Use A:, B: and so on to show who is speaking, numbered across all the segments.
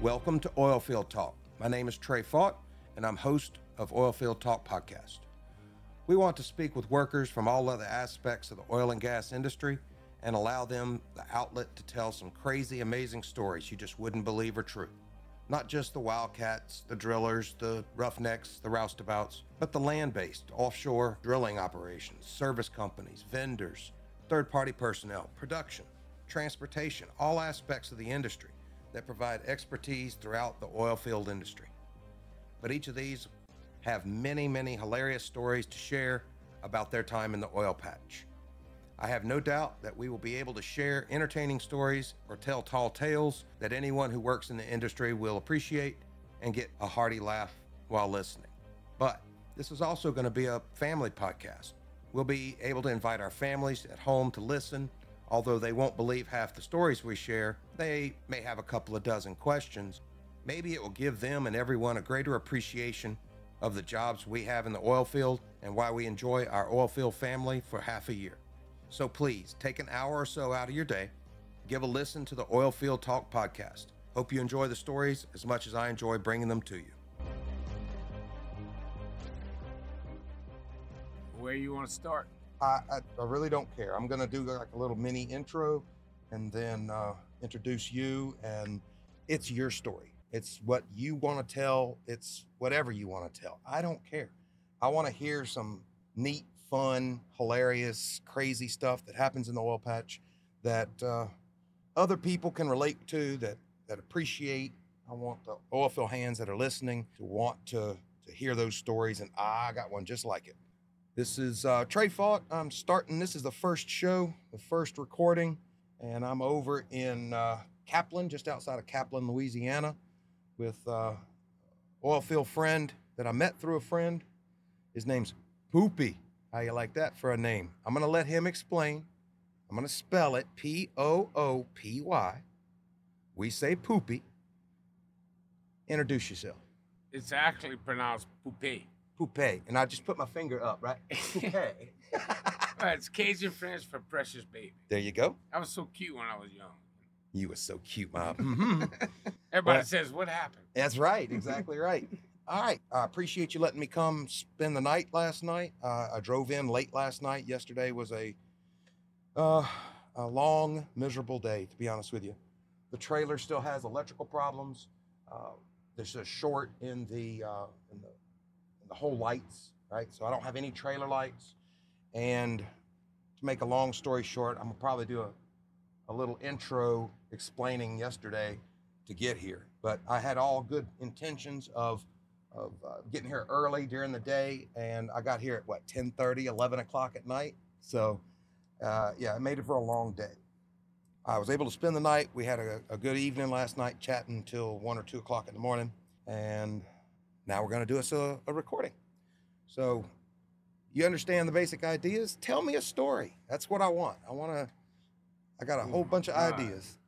A: Welcome to Oilfield Talk. My name is Trey Fott, and I'm host of Oilfield Talk Podcast. We want to speak with workers from all other aspects of the oil and gas industry and allow them the outlet to tell some crazy, amazing stories you just wouldn't believe are true. Not just the wildcats, the drillers, the roughnecks, the roustabouts, but the land based, offshore drilling operations, service companies, vendors, third party personnel, production, transportation, all aspects of the industry that provide expertise throughout the oil field industry but each of these have many, many hilarious stories to share about their time in the oil patch. I have no doubt that we will be able to share entertaining stories or tell tall tales that anyone who works in the industry will appreciate and get a hearty laugh while listening. But this is also going to be a family podcast. We'll be able to invite our families at home to listen. Although they won't believe half the stories we share, they may have a couple of dozen questions Maybe it will give them and everyone a greater appreciation of the jobs we have in the oil field and why we enjoy our oil field family for half a year. So please take an hour or so out of your day, give a listen to the Oil Field Talk podcast. Hope you enjoy the stories as much as I enjoy bringing them to you.
B: Where you want to start?
A: I, I, I really don't care. I'm going to do like a little mini intro and then uh, introduce you. And it's your story. It's what you want to tell. It's whatever you want to tell. I don't care. I want to hear some neat, fun, hilarious, crazy stuff that happens in the oil patch that uh, other people can relate to, that, that appreciate. I want the oilfield hands that are listening to want to, to hear those stories. And I got one just like it. This is uh, Trey Fought. I'm starting. This is the first show, the first recording, and I'm over in uh, Kaplan, just outside of Kaplan, Louisiana, with uh, oil field friend that I met through a friend. His name's Poopy. How you like that for a name? I'm gonna let him explain. I'm gonna spell it P O O P Y. We say Poopy. Introduce yourself.
B: It's actually pronounced poupée.
A: Poupé, and I just put my finger up, right? Poupé.
B: Uh, it's Cajun French for precious baby.
A: there you go.
B: I was so cute when I was young.
A: You were so cute, Mom.
B: Everybody
A: Well-
B: says, "What happened?"
A: That's right. Exactly right. All right. I appreciate you letting me come spend the night last night. Uh, I drove in late last night. Yesterday was a uh, a long, miserable day, to be honest with you. The trailer still has electrical problems. Uh, there's a short in the uh, in the in the whole lights, right? So I don't have any trailer lights. And to make a long story short, I'm gonna probably do a a little intro explaining yesterday to get here. But I had all good intentions of of uh, getting here early during the day, and I got here at what 10:30, 11 o'clock at night. So uh, yeah, I made it for a long day. I was able to spend the night. We had a, a good evening last night, chatting till one or two o'clock in the morning, and now we're going to do us a, a recording. So you understand the basic ideas? Tell me a story. That's what I want. I want to. I got a
B: Oh
A: whole
B: my
A: bunch of
B: God.
A: ideas.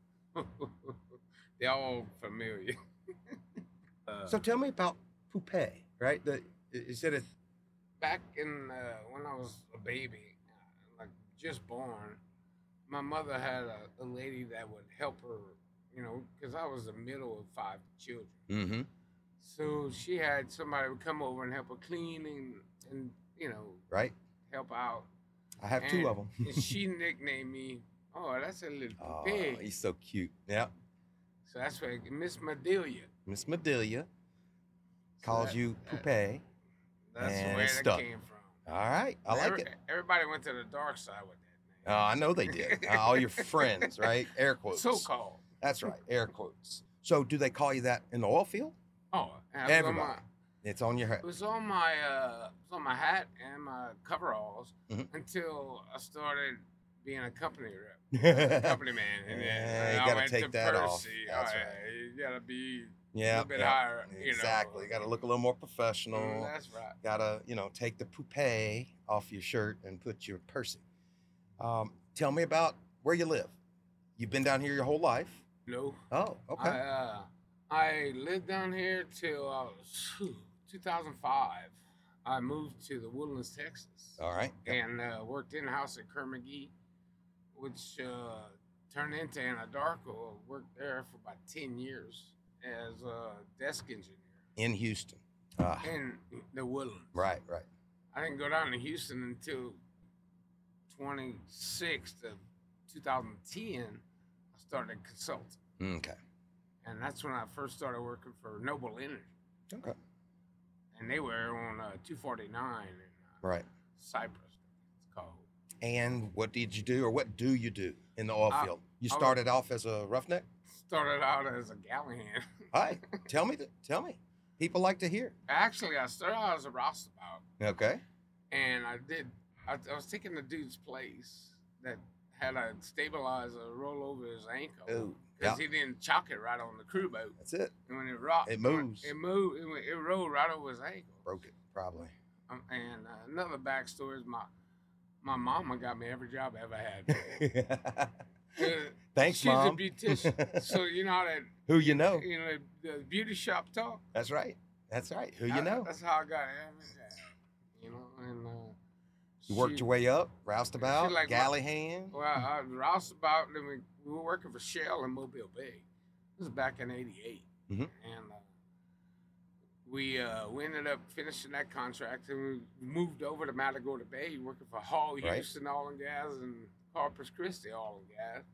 B: They're all familiar. uh,
A: So tell me about Poupée, right? The, you said it.
B: back in uh, when I was a baby, uh, like just born, my mother had a, a lady that would help her. You know, because I was the middle of five children.
A: Mm-hmm.
B: So she had somebody would come over and help her clean and, and you know
A: Right.
B: help out.
A: I have two of them.
B: And she nicknamed me, "Oh, that's a little
A: Oh,
B: pig."
A: he's so cute. Yeah.
B: So that's where I- Miss Medelia.
A: Miss Medelia
B: So
A: calls
B: that-
A: you
B: that-
A: Poupée.
B: That's
A: and
B: where
A: it's
B: that
A: stuck.
B: came from.
A: All right. I like
B: Every-
A: it.
B: Everybody went to the dark side with
A: Oh,
B: that
A: I know they did. Uh, all your friends, right? Air
B: name.
A: quotes.
B: so called.
A: That's right. Air quotes. So do they call you that in the oil field?
B: Oh, and it was on my,
A: Everybody. It's on your head.
B: it was on my uh, it was on my hat and my coveralls
A: Mhm.
B: until I started being a company rep,
A: yeah.
B: company man, and then
A: Yeah,
B: and
A: you
B: I
A: gotta
B: went
A: take
B: to
A: that off.
B: Percy.
A: That's
B: Oh,
A: right.
B: yeah, You gotta be a
A: yeah.
B: little bit higher. You know.
A: Exactly. You got to look a little more professional.
B: Mm, That's right.
A: got to, you know, take the poupée off your shirt and put your Percy. Um, tell me about where you live. You've been down here your whole life.
B: No.
A: Oh, okay.
B: I, uh, I lived down here till I was phew, 2005. I moved to the Woodlands, Texas,
A: All right. Yep.
B: and uh, worked in house at Kerr McGee, which uh, turned into Anadarko. I worked there for about 10 years as a desk engineer
A: in Houston. Ah,
B: in the Woodlands.
A: right, right.
B: I didn't go down to Houston until 26th of 2010. I started consulting,
A: Okay.
B: and that's when I first started working for Noble Energy,
A: Okay.
B: and they were on uh, 249 in uh,
A: Right.
B: Cypress. It's called.
A: And what did you do, or what do you do in the oil
B: I-
A: field? You
B: I was-
A: started off as a roughneck.
B: Started out as a galley hand.
A: Hi. tell me. th- Tell me. People like to hear.
B: Actually, I started out as a roustabout,
A: Okay.
B: and I did. I, I was taking the dude's place that had a stabilizer roll over his ankle because
A: Ooh. Yeah.
B: Oh, he didn't chalk it right on the crew boat.
A: That's it.
B: And when it rocked,
A: It
B: when
A: moves.
B: It moved. It, went- it rolled right over his ankle.
A: Broke it. Probably.
B: Um, and uh, another backstory is my my mama got me every job I ever had. Uh,
A: Thanks,
B: She's a
A: mom.
B: beautician, so you know how that
A: Who you know?
B: you know the beauty shop talk.
A: That's right. That's right. Who
B: I-
A: you know?
B: That's how I got every job. You know, and uh,
A: You worked
B: she-
A: your way up, roustabout,
B: like my-
A: galley hand.
B: Well, I roused about, and we, we were working for Shell in Mobile Bay. This is back in '88,
A: Mhm.
B: and uh, we uh, we ended up finishing that contract, and we moved over to Matagorda Bay, working for Hall
A: Right.
B: Houston Oil and Gas and Corpus Christi Oil and Gas.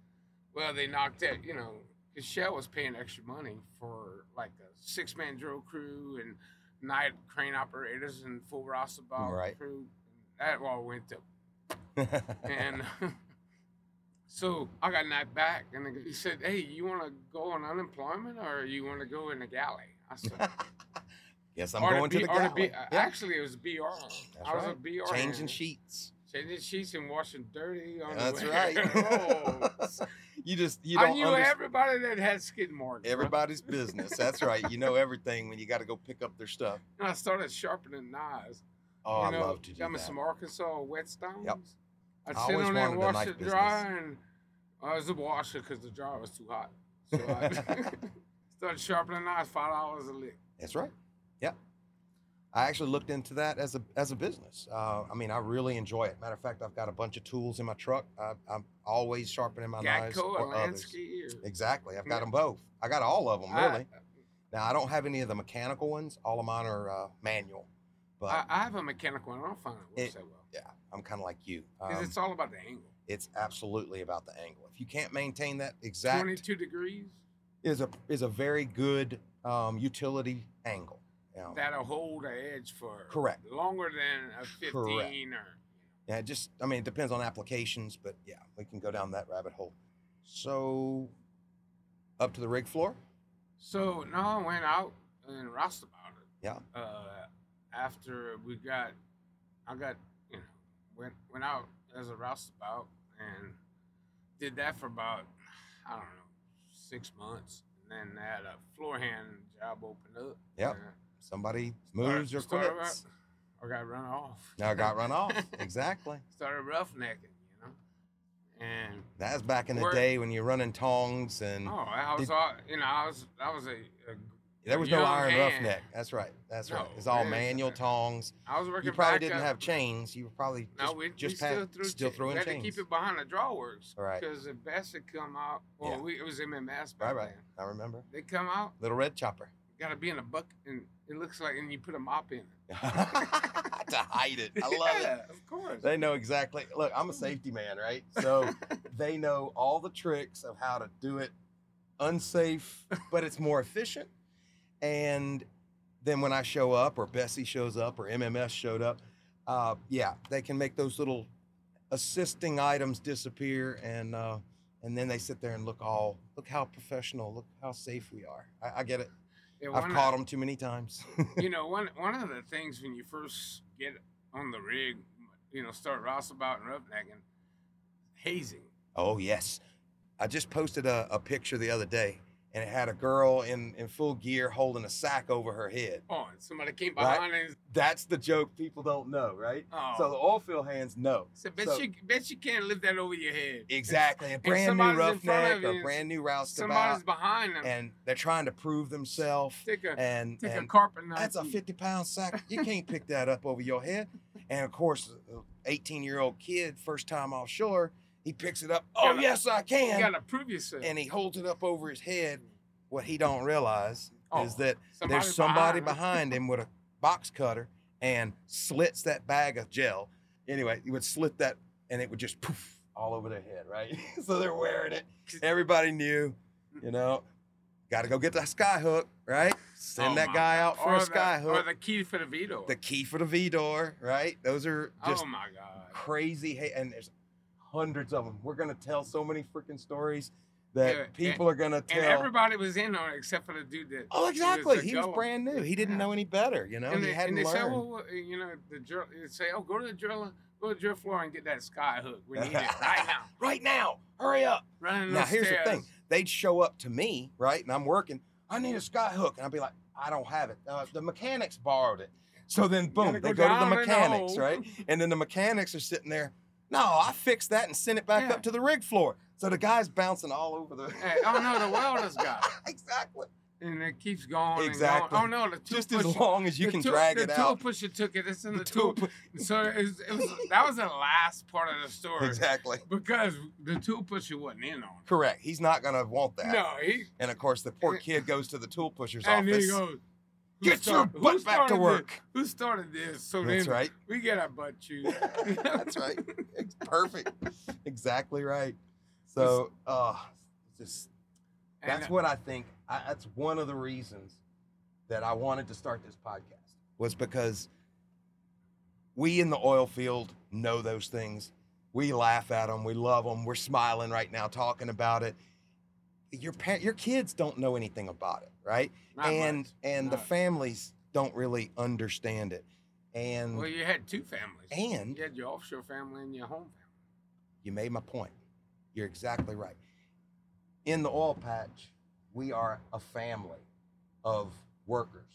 B: Well, they knocked that, you know, because Shell was paying extra money for like a six-man drill crew and night crane operators and full roustabout
A: Right.
B: crew. That all went to and so I got knocked back, and the- he said, "Hey, you want to go on unemployment, or you want to go in the galley?" I said,
A: Guess I'm
B: "Or
A: going to
B: B-
A: the
B: or
A: galley.
B: B- uh,
A: Yeah.
B: Actually, it was BR. I was a
A: right.
B: BR.
A: Changing
B: man.
A: sheets.
B: changing sheets, and washing dirty on
A: That's
B: the
A: right. you just you
B: I
A: don't
B: knew
A: understand
B: everybody that had skid marks. bro.
A: everybody's business. That's right. You know everything when you got to go pick up their stuff.
B: And I started sharpening knives.
A: Oh,
B: you know,
A: I love to do
B: I'm
A: that.
B: some Arkansas whetstones.
A: Yep.
B: I'd
A: I
B: sit
A: always
B: on there and
A: wanted a
B: wash
A: knife
B: it dry, and I was a washer because the dryer was too hot. So I started sharpening knives, five dollars a lick.
A: That's right. Yeah. I actually looked into that as a as a business. Uh, I mean, I really enjoy it. Matter of fact, I've got a bunch of tools in my truck. I, I'm always sharpening my knives
B: Gatco,
A: for others.
B: Lansky, or
A: Exactly. I've got
B: Yeah.
A: them both. I got all of them,
B: I-
A: really. now, I don't have any of the mechanical ones. All of mine are uh, manual. But
B: I, I have a mechanical, and I don't find it
A: It-
B: works that well
A: yeah, I'm kind of like you.
B: because
A: Um,
B: it's all about the angle.
A: it's absolutely about the angle. If you can't maintain that exact
B: Twenty-two degrees.
A: is a is a very good um, utility angle. Um,
B: That'll hold the edge for
A: Correct.
B: longer than a fifteen or
A: yeah, it just I mean, it depends on applications, but yeah, we can go down that rabbit hole. So, up to the rig floor.
B: So no, I went out and roused about it.
A: Yeah.
B: Uh, after we got, I got you know went went out as a roustabout and did that for about I don't know six months, and then had a floor hand job open up.
A: Yep.
B: And
A: Somebody moves or
B: started
A: quits.
B: ru- I got run off.
A: Now I got run off. Exactly.
B: started roughnecking, you know, and
A: That's back in the
B: Where-
A: day when you're running tongs and
B: oh, I was
A: Mm. Did-
B: all you know, I was I was a, a
A: there was no
B: young
A: iron
B: hand.
A: roughneck. That's right. That's right.
B: No,
A: It's all
B: man,
A: manual
B: uh,
A: tongs.
B: I was working.
A: You probably
B: back
A: didn't
B: up-
A: have chains. You were probably
B: No,
A: just,
B: we,
A: just
B: we still
A: pat-
B: threw
A: still
B: cha-
A: throwing
B: we had
A: chains.
B: to keep it behind the drawworks.
A: Right.
B: Because the best had come out. Well,
A: Yeah.
B: we, it was MMS
A: Right,
B: back
A: right.
B: then.
A: I remember.
B: They come out,
A: Little red chopper.
B: gotta be in a bucket, and it looks like, and you put a mop in it.
A: to hide it. I love
B: yeah,
A: it.
B: Of course.
A: They know exactly. Look, I'm a safety man, right? So they know all the tricks of how to do it unsafe, but it's more efficient. And then when I show up, or Bessie shows up, or MMS showed up, uh, yeah, they can make those little assisting items disappear, and uh, and then they sit there and look all look how professional, look how safe we are. I, I get it.
B: Yeah,
A: I've
B: one
A: caught
B: of,
A: them too many times.
B: You know, one one of the things when you first get on the rig, you know, start roustabout and roughnecking, hazing.
A: Oh yes, I just posted a, a picture the other day, and it had a girl in in full gear holding a sack over her head.
B: Oh, and somebody came
A: Right.
B: behind and
A: That's the joke people don't know, right?
B: oh,
A: So the oil field hands know.
B: said, bet
A: so-
B: you bet you can't lift that over your head.
A: Exactly, a brand new
B: somebody's in front
A: roughneck
B: of
A: or
B: you,
A: brand new
B: Somebody's
A: roustabout,
B: behind them.
A: and they're trying to prove themselves.
B: take a
A: And,
B: take a
A: and
B: carpet knife.
A: that's a
B: and-
A: 50 pound sack. You can't pick that up over your head. And of course, 18 year old kid, first time offshore, he picks it up. Oh,
B: Gotta-
A: yes, I
B: You
A: can.
B: gotta prove yourself.
A: And he holds it up over his head. What he don't realize
B: Oh,
A: is that
B: somebody
A: there's somebody
B: behind
A: behind him with a box cutter and slits that bag of gel. Anyway, he would slit that and it would just poof all over their head, right? so they're wearing it. Everybody knew, you know, got to go get that sky hook, right? Send
B: Oh
A: that
B: my
A: guy out for
B: or
A: a sky
B: the, Or
A: hook.
B: the key for the veto.
A: The key for the V door, right? Those are just
B: oh my god.
A: crazy hate, and there's hundreds of them. We're gonna tell so many freaking stories that
B: Yeah, and-
A: people are gonna tell.
B: And everybody was in on it except for the dude that.
A: oh,
B: was a
A: exactly. He was
B: goer.
A: brand new. He didn't
B: Yeah.
A: know any better. You know,
B: and
A: he
B: they,
A: hadn't
B: and they
A: learned.
B: say, well, well, you know, the drill. They say, oh, go to the drill, go to the drill floor and get that sky hook. We need it right now.
A: right now, hurry up.
B: Running
A: Now, here's the
B: upstairs.
A: thing. They'd show up to me, right, and I'm working. I need a sky hook, and I'd be like, I don't have it. Uh, the mechanics borrowed it. So then, boom,
B: gotta
A: they go
B: go
A: to
B: down
A: the
B: in the
A: mechanics,
B: hole.
A: right? And then the mechanics are sitting there. No, I fixed that and sent it back
B: Yeah.
A: up to the rig floor. So the guy's bouncing all over the.
B: Hey, oh no, the welder's got it,
A: exactly.
B: and it keeps going.
A: Exactly.
B: And going. Oh no, the tool
A: Just as
B: pusher-
A: long as you
B: the
A: can
B: tool-
A: drag
B: the
A: it
B: tool
A: out.
B: pusher took it. It's in
A: The
B: the,
A: tool
B: tool.
A: pu-
B: so it was, it was that was the last part of the story
A: Exactly.
B: because the tool pusher wasn't in on it.
A: Correct. He's not gonna want that.
B: No, he
A: And of course, the poor kid goes to the tool pusher's
B: and
A: office.
B: he goes. "Who
A: Get your
B: start- who
A: butt back to
B: started
A: work.
B: This? Who started this? So
A: That's
B: then
A: right.
B: we get our butt chewed.
A: That's right. It's perfect. exactly right. So, uh, just
B: And,
A: that's
B: uh,
A: what I think. I, that's one of the reasons that I wanted to start this podcast was because we in the oil field know those things. We laugh at them. We love them. We're smiling right now talking about it. Your par- your kids don't know anything about it, right?
B: not
A: and
B: much.
A: and the
B: Not-
A: families don't really understand it. And
B: Well, you had two families.
A: and
B: you had your offshore family and your home family.
A: You made my point. You're exactly right. In the oil patch, we are a family of workers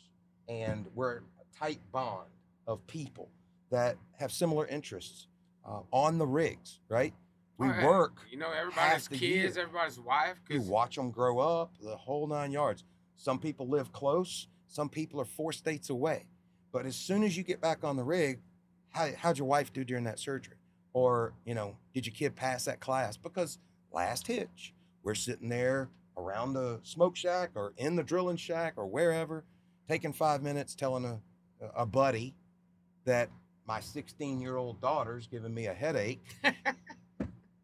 A: and we're a tight bond of people that have similar interests uh, on the rigs, right? We
B: Oh, yeah.
A: work,
B: You know, everybody's
A: half the
B: kids,
A: year.
B: everybody's wife.
A: you
B: Because
A: watch them grow up, the whole nine yards. Some people live close, some people are four states away. But as soon as you get back on the rig, how, how'd your wife do during that surgery? Or, you know, did your kid pass that class? Because last hitch, we're sitting there around the smoke shack or in the drilling shack or wherever, taking five minutes telling a, a buddy that my 16 year old daughter's giving me a headache.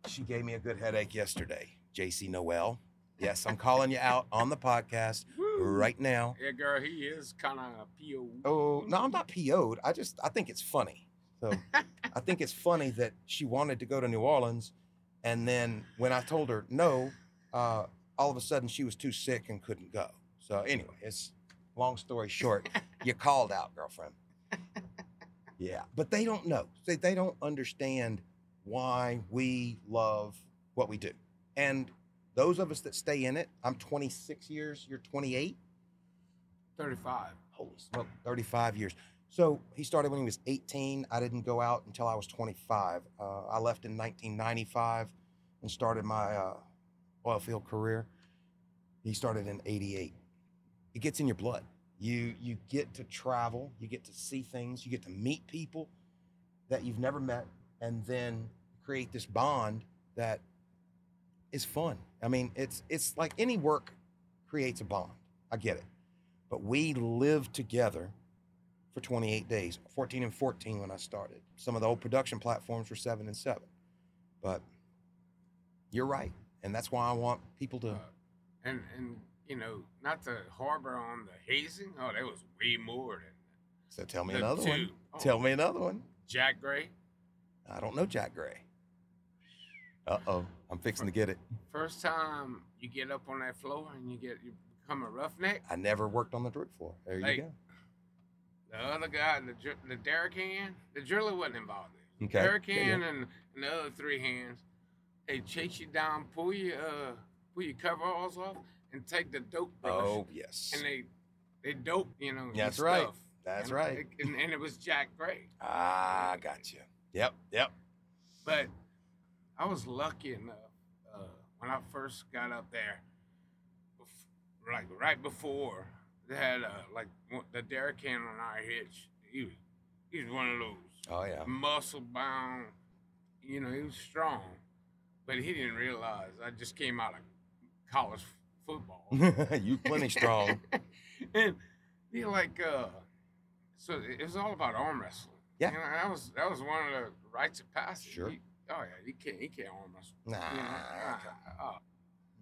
A: she gave me a good headache yesterday, JC Noel. Yes, I'm calling you out on the podcast right now.
B: Yeah, girl, he is kind of a PO.
A: Oh, no, I'm not PO'd. I just I think it's funny. So I think it's funny that she wanted to go to New Orleans, and then when I told her no, uh, all of a sudden she was too sick and couldn't go. So anyway, it's long story short, you called out, girlfriend. Yeah, but they don't know. They they don't understand why we love what we do, and those of us that stay in it. I'm 26 years. You're 28
B: 35.
A: holy smoke, 35 years. So he started when he was 18. I didn't go out until I was 25. Uh, I left in 1995 and started my uh, oil field career. He started in 88. It gets in your blood. You you get to travel, you get to see things, you get to meet people that you've never met, and then create this bond that is fun. I mean, it's it's like any work creates a bond. I get it but we lived together for 28 days 14 and 14 when i started some of the old production platforms were 7 and 7 but you're right and that's why i want people to
B: Uh, and, and, you know, not to harbor on the hazing. Oh, that was way more than
A: so tell me
B: the
A: another
B: two.
A: one
B: Oh,
A: tell me another one
B: Jack Gray,
A: i don't know jack gray uh-oh i'm fixing to get it
B: first time you get up on that floor and you get you become a roughneck,
A: i never worked on the drip floor there you
B: Hey.
A: go
B: the other guy, the, dr- the derrick hand, the driller wasn't involved. There.
A: okay
B: Eric
A: Yeah, yeah.
B: hand and, and the other three hands, they chase you down, pull your uh, pull your coveralls off, and take the dope brush.
A: oh yes
B: And they they dope, you know. your
A: That's right.
B: Stuff.
A: that's
B: And
A: right
B: it- and, and it was Jack Gray,
A: ah gotcha yep yep
B: but I was lucky enough uh, when I first got up there, bef- like right before they had uh, like one- the derrick hand on our hitch. He was he was one of those.
A: oh yeah
B: muscle bound. You know, he was strong, but he didn't realize I just came out of college football.
A: you plenty strong.
B: and you know, like uh so it it was all about arm wrestling.
A: Yeah.
B: You know, that was that was one of the rites of passage.
A: Sure. Ah,
B: You- oh yeah, he can't he can't arm wrestle.
A: Nah.
B: You know, uh, uh.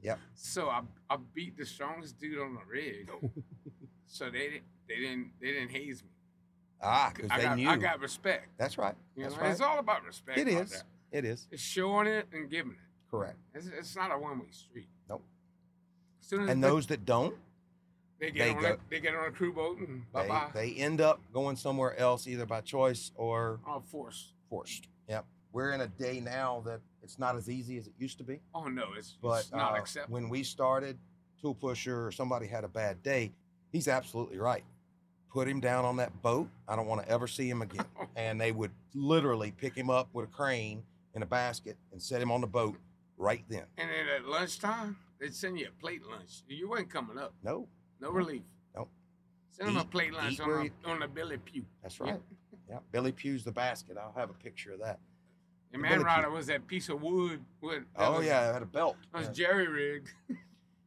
A: Yep.
B: So I I beat the strongest dude on the rig. so they didn't they didn't they didn't haze me.
A: Ah, because
B: I
A: they
B: got
A: knew.
B: I got respect.
A: That's right.
B: You
A: That's
B: know,
A: right.
B: it's all about respect.
A: It
B: out
A: is.
B: there.
A: It is
B: It's showing it and giving it.
A: correct.
B: It's, it's not a one way street.
A: Nope.
B: As soon as
A: And
B: they-
A: those that don't,
B: they
A: they
B: get on
A: go-
B: a, they get on a crew boat and bye
A: they,
B: bye.
A: they end up going somewhere else either by choice or
B: Oh, force.
A: forced. Yep. We're in a day now that it's not as easy as it used to be.
B: Oh no, it's,
A: But
B: it's not
A: uh,
B: acceptable.
A: when we started, tool pusher or somebody had a bad day, he's absolutely right. Put him down on that boat. I don't want to ever see him again. and they would literally pick him up with a crane in a basket and set him on the boat right then.
B: And then at lunchtime, they'd send you a plate lunch. You weren't coming up.
A: No,
B: No relief.
A: Nope.
B: Send them a
A: Eat-
B: plate lunch
A: eat
B: on
A: where
B: a,
A: you-
B: on a Billy Pew.
A: that's
B: Yeah.
A: right. Yeah. Billy Pew's the basket. I'll have a picture of that.
B: And
A: Billy
B: man
A: Pew.
B: rider was that piece of wood. With, that
A: oh
B: was,
A: yeah, I had a belt.
B: That was
A: Yeah.
B: jerry rigged.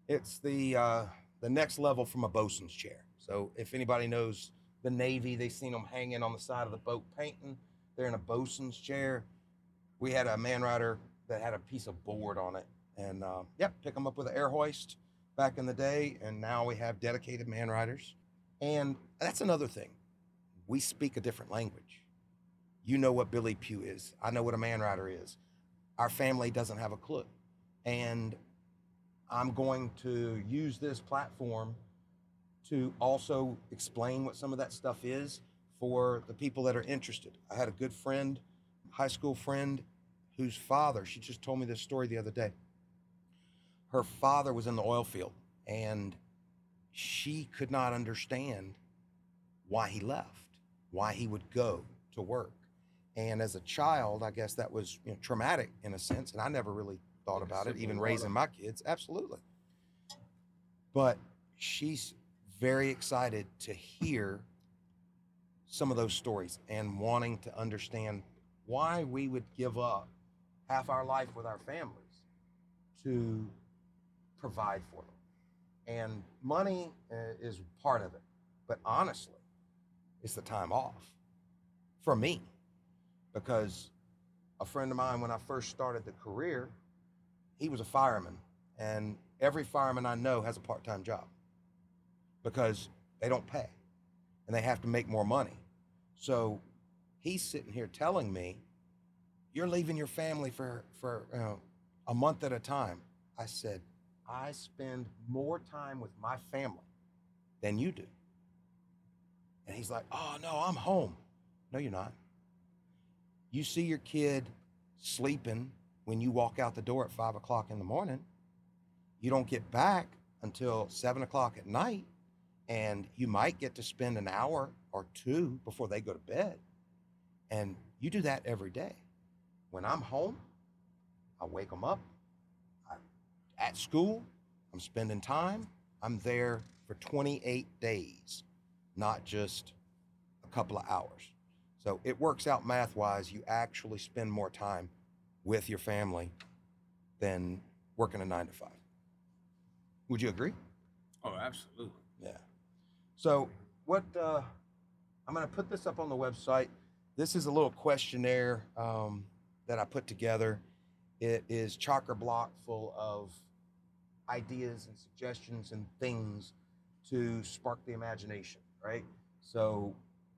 A: It's the uh, the next level from a bosun's chair. So if anybody knows the Navy, they seen them hanging on the side of the boat painting. They're in a bosun's chair. We had a man rider that had a piece of board on it, and uh, yep, pick them up with an air hoist back in the day, and now we have dedicated man riders. And that's another thing. We speak a different language. You know what Billy Pew is. I know what a man rider is. Our family doesn't have a clue. And I'm going to use this platform to also explain what some of that stuff is for the people that are interested. I had a good friend, high school friend, whose father, she just told me this story the other day. Her father was in the oil field and she could not understand why he left, why he would go to work. And as a child, I guess that was you know, traumatic in a sense. And I never really thought
B: Like a
A: about it,
B: sip of
A: even
B: water.
A: raising my kids. Absolutely. But she's very excited to hear some of those stories and wanting to understand why we would give up half our life with our families to provide for them. And money uh, is part of it, but honestly, it's the time off for me because a friend of mine, when I first started the career, he was a fireman, and every fireman I know has a part time job because they don't pay and they have to make more money. So he's sitting here telling me, You're leaving your family for, for you know, a month at a time. I said, I spend more time with my family than you do. And he's like, Oh, no, I'm home. No, you're not. You see your kid sleeping when you walk out the door at five o'clock in the morning. You don't get back until seven o'clock at night and you might get to spend an hour or two before they go to bed. And you do that every day. When I'm home, I wake them up. I, at school, I'm spending time. I'm there for 28 days, not just a couple of hours. So it works out math wise. You actually spend more time with your family than working a nine to five. Would you agree?
B: Oh, absolutely.
A: Yeah. So what uh, I'm going to put this up on the website. This is a little questionnaire um, that I put together. It is chocker block full of ideas and suggestions and things to spark the imagination, right? So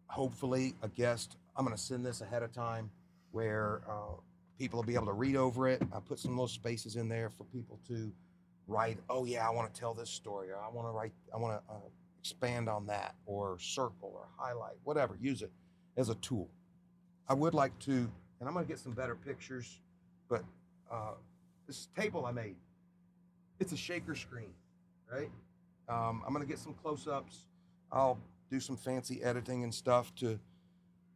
A: hopefully a guest, I'm going to send this ahead of time where uh, people will be able to read over it. I put some little spaces in there for people to write oh yeah i want to tell this story or i want to write i want to uh, expand on that or circle or highlight whatever use it as a tool i would like to and i'm going to get some better pictures but uh, this table i made it's a shaker screen right um, i'm going to get some close-ups i'll do some fancy editing and stuff to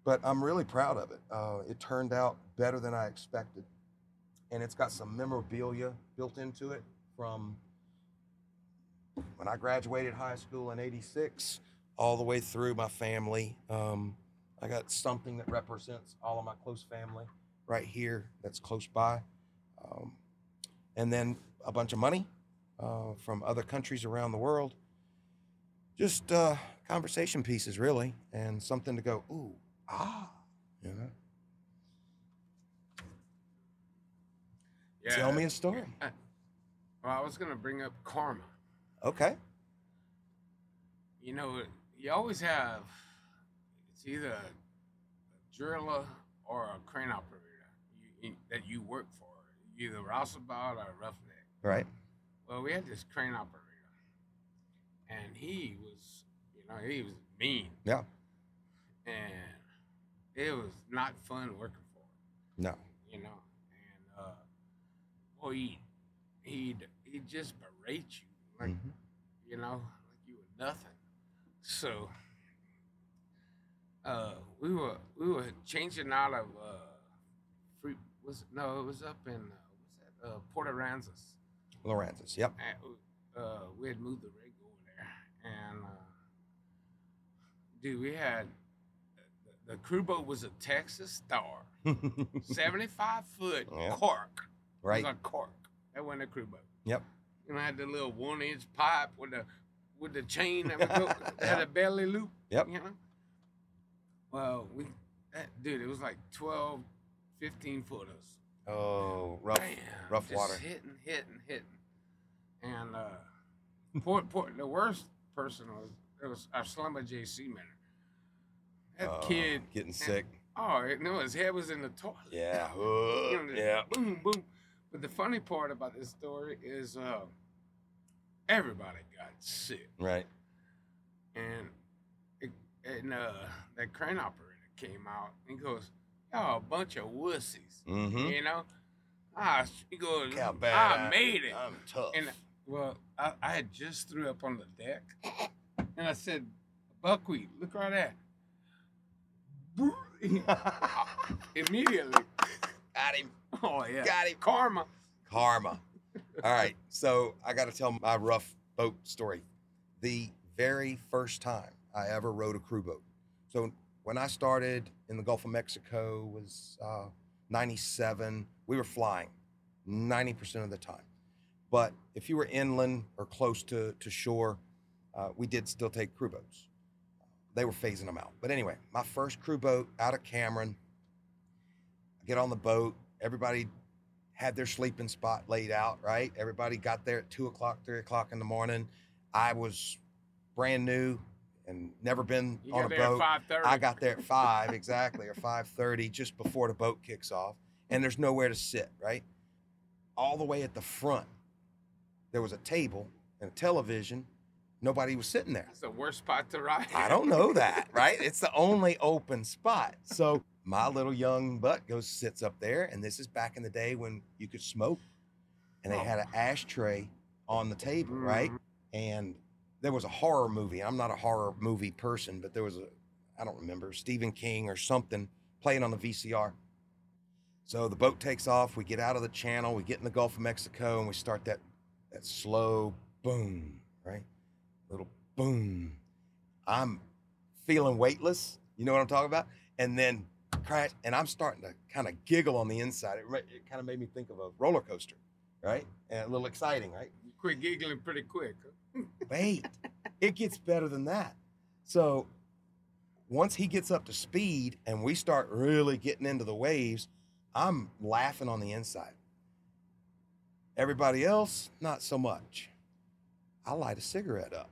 A: but i'm really proud of it uh, it turned out better than i expected and it's got some memorabilia built into it from when I graduated high school in '86 all the way through my family. Um, I got something that represents all of my close family right here that's close by. Um, and then a bunch of money uh, from other countries around the world. Just uh, conversation pieces, really, and something to go, ooh, ah, you know.
B: Yeah.
A: Tell me a story.
B: Well, I was gonna bring up karma.
A: Okay.
B: You know, you always have it's either a driller or a crane operator you, that you work for, either roustabout or roughneck.
A: Right.
B: Well, we had this crane operator, and he was, you know, he was mean,
A: Yeah.
B: and it was not fun working for him,
A: No.
B: you know. And uh, boy, he he'd he just berate you, like
A: Mhm.
B: you know, like you were nothing. So uh, we were we were changing out of uh, free was no, it was up in uh, what's that uh, Port Aransas.
A: Lorenzo's. Yep.
B: I- uh, we had moved the rig over there, and uh, dude, we had the, the crew boat was a Texas Star, seventy-five foot
A: Yeah.
B: cork.
A: right.
B: It was a cork. That wasn't a crew boat.
A: Yep.
B: You know, had the little one-inch pipe with the with the chain that would go, that had
A: Yeah.
B: a belly loop.
A: Yep.
B: You know. Well, we that, dude, it was like 12, 15 footers.
A: Oh, rough,
B: Bam,
A: rough
B: just
A: water.
B: Hitting, hitting, hitting, and uh, poor, poor, the worst person was it was our slumber JC man. That
A: Oh,
B: kid,
A: getting sick.
B: oh, it, no, his head was in the toilet.
A: Yeah.
B: You
A: Uh,
B: know, just
A: yeah.
B: boom, boom. But the funny part about this story is, uh, everybody got sick,
A: Right.
B: and it, and uh, that crane operator came out and goes, "Y'all a bunch of wussies,"
A: Mm-hmm.
B: you know. Ah, he goes,
A: Look how bad
B: "I
A: I-
B: made it."
A: I'm tough.
B: And well, I, I had just threw up on the deck, and I said, "Buckwheat, look right at." Immediately,
A: Got him.
B: oh yeah,
A: Got him.
B: karma.
A: Karma. All right. So I got to tell my rough boat story. The very first time I ever rowed a crew boat. So when I started in the Gulf of Mexico was uh, 97. We were flying 90% of the time. But if you were inland or close to, to shore, uh, we did still take crew boats. They were phasing them out. But anyway, my first crew boat out of Cameron, I get on the boat. Everybody had their sleeping spot laid out, right? Everybody got there at two o'clock, three o'clock in the morning. I was brand new and never been
B: You
A: on
B: got
A: a
B: there
A: boat.
B: at five thirty.
A: I got there at five exactly, or five thirty, just before the boat kicks off, and there's nowhere to sit. Right, all the way at the front, there was a table and a television. Nobody was sitting there.
B: That's the worst spot to ride.
A: I don't know that, right? It's the only open spot. So my little young butt goes sits up there, and this is back in the day when you could smoke, and they had an ashtray on the table, right? and there was a horror movie. I'm not a horror movie person, but there was a, I don't remember, Stephen King or something playing on the VCR. So the boat takes off. We get out of the channel. We get in the Gulf of Mexico and we start that, that slow boom, right? Little boom. I'm feeling weightless. You know what I'm talking about? And then crash. And I'm starting to kind of giggle on the inside. It, re- it kind of made me think of a roller coaster, right? And a little exciting, right?
B: You quit giggling pretty quick.
A: wait, it gets better than that. So once he gets up to speed and we start really getting into the waves, I'm laughing on the inside. Everybody else, not so much. I light a cigarette up,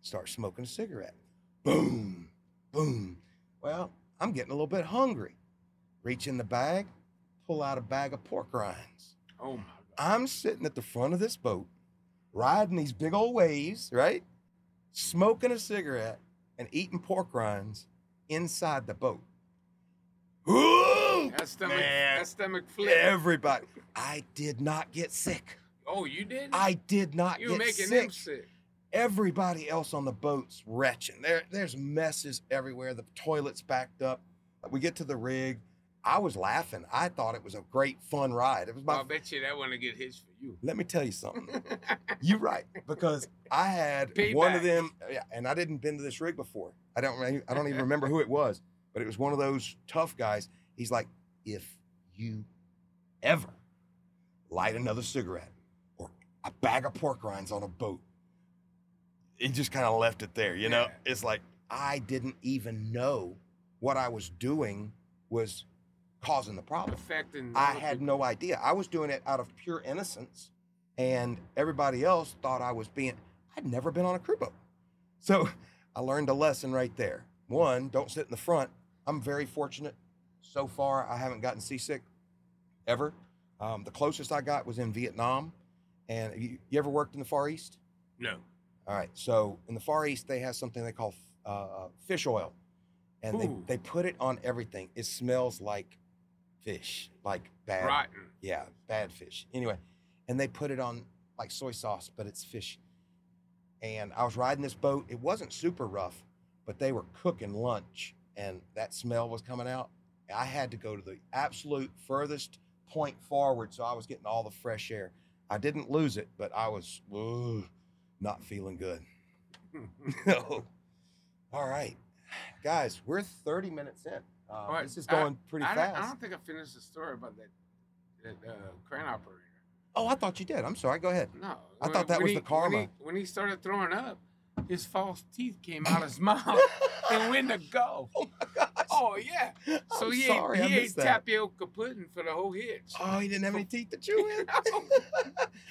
A: start smoking a cigarette. Boom, boom. Well, I'm getting a little bit hungry. Reach in the bag, pull out a bag of pork rinds.
B: Oh my god.
A: I'm sitting at the front of this boat, riding these big old waves, right? Smoking a cigarette and eating pork rinds inside the boat. Ooh,
B: That stomach,
A: man.
B: that stomach flip.
A: Everybody. I did not get sick.
B: Oh, you did?
A: I did not
B: you were
A: get
B: making
A: sick.
B: them sick.
A: Everybody else on the boat's retching. There, there's messes everywhere. The toilet's backed up. We get to the rig. I was laughing. I thought it was a great, fun ride. It was my
B: Well, I bet you that wouldn't get hits for you.
A: let me tell you something. You're right because I had one of
B: Payback.
A: them, uh, yeah, and I didn't been to this rig before. I don't, re- I don't even remember who it was, but it was one of those tough guys. He's like, if you ever light another cigarette or a bag of pork rinds on a boat. It just kind of left it there, you know?
B: Yeah.
A: It's like I didn't even know what I was doing was causing the problem.
B: affecting.
A: I
B: other
A: had
B: people.
A: no idea. I was doing it out of pure innocence, and everybody else thought I was being. I'd never been on a crew boat, so I learned a lesson right there. One, don't sit in the front. I'm very fortunate. So far, I haven't gotten seasick ever. Um, the closest I got was in Vietnam. And you, you ever worked in the Far East?
B: no.
A: All right. So in the Far East, they have something they call uh, fish oil, and they,
B: Ooh.
A: they put it on everything. It smells like fish, like bad,
B: Rotten.
A: yeah, bad fish. Anyway, and they put it on like soy sauce, but it's fish. And I was riding this boat. It wasn't super rough, but they were cooking lunch, and that smell was coming out. I had to go to the absolute furthest point forward, so I was getting all the fresh air. I didn't lose it, but I was ugh, not feeling good. No. All right, guys, we're 30 minutes in. Uh,
B: right,
A: This is
B: I-
A: going pretty
B: I,
A: fast.
B: don't, I don't think I finished the story about that, that uh, crane operator.
A: oh, I thought you did. I'm sorry. Go ahead.
B: No.
A: I thought that was the
B: when
A: karma.
B: he, when he started throwing up, his false teeth came out his mouth and went to go.
A: Oh my gosh.
B: Oh, yeah.
A: I'm
B: So he
A: sorry,
B: ate,
A: I
B: he ate
A: missed that.
B: tapioca pudding for the whole hitch.
A: Oh, he didn't have any teeth to chew in.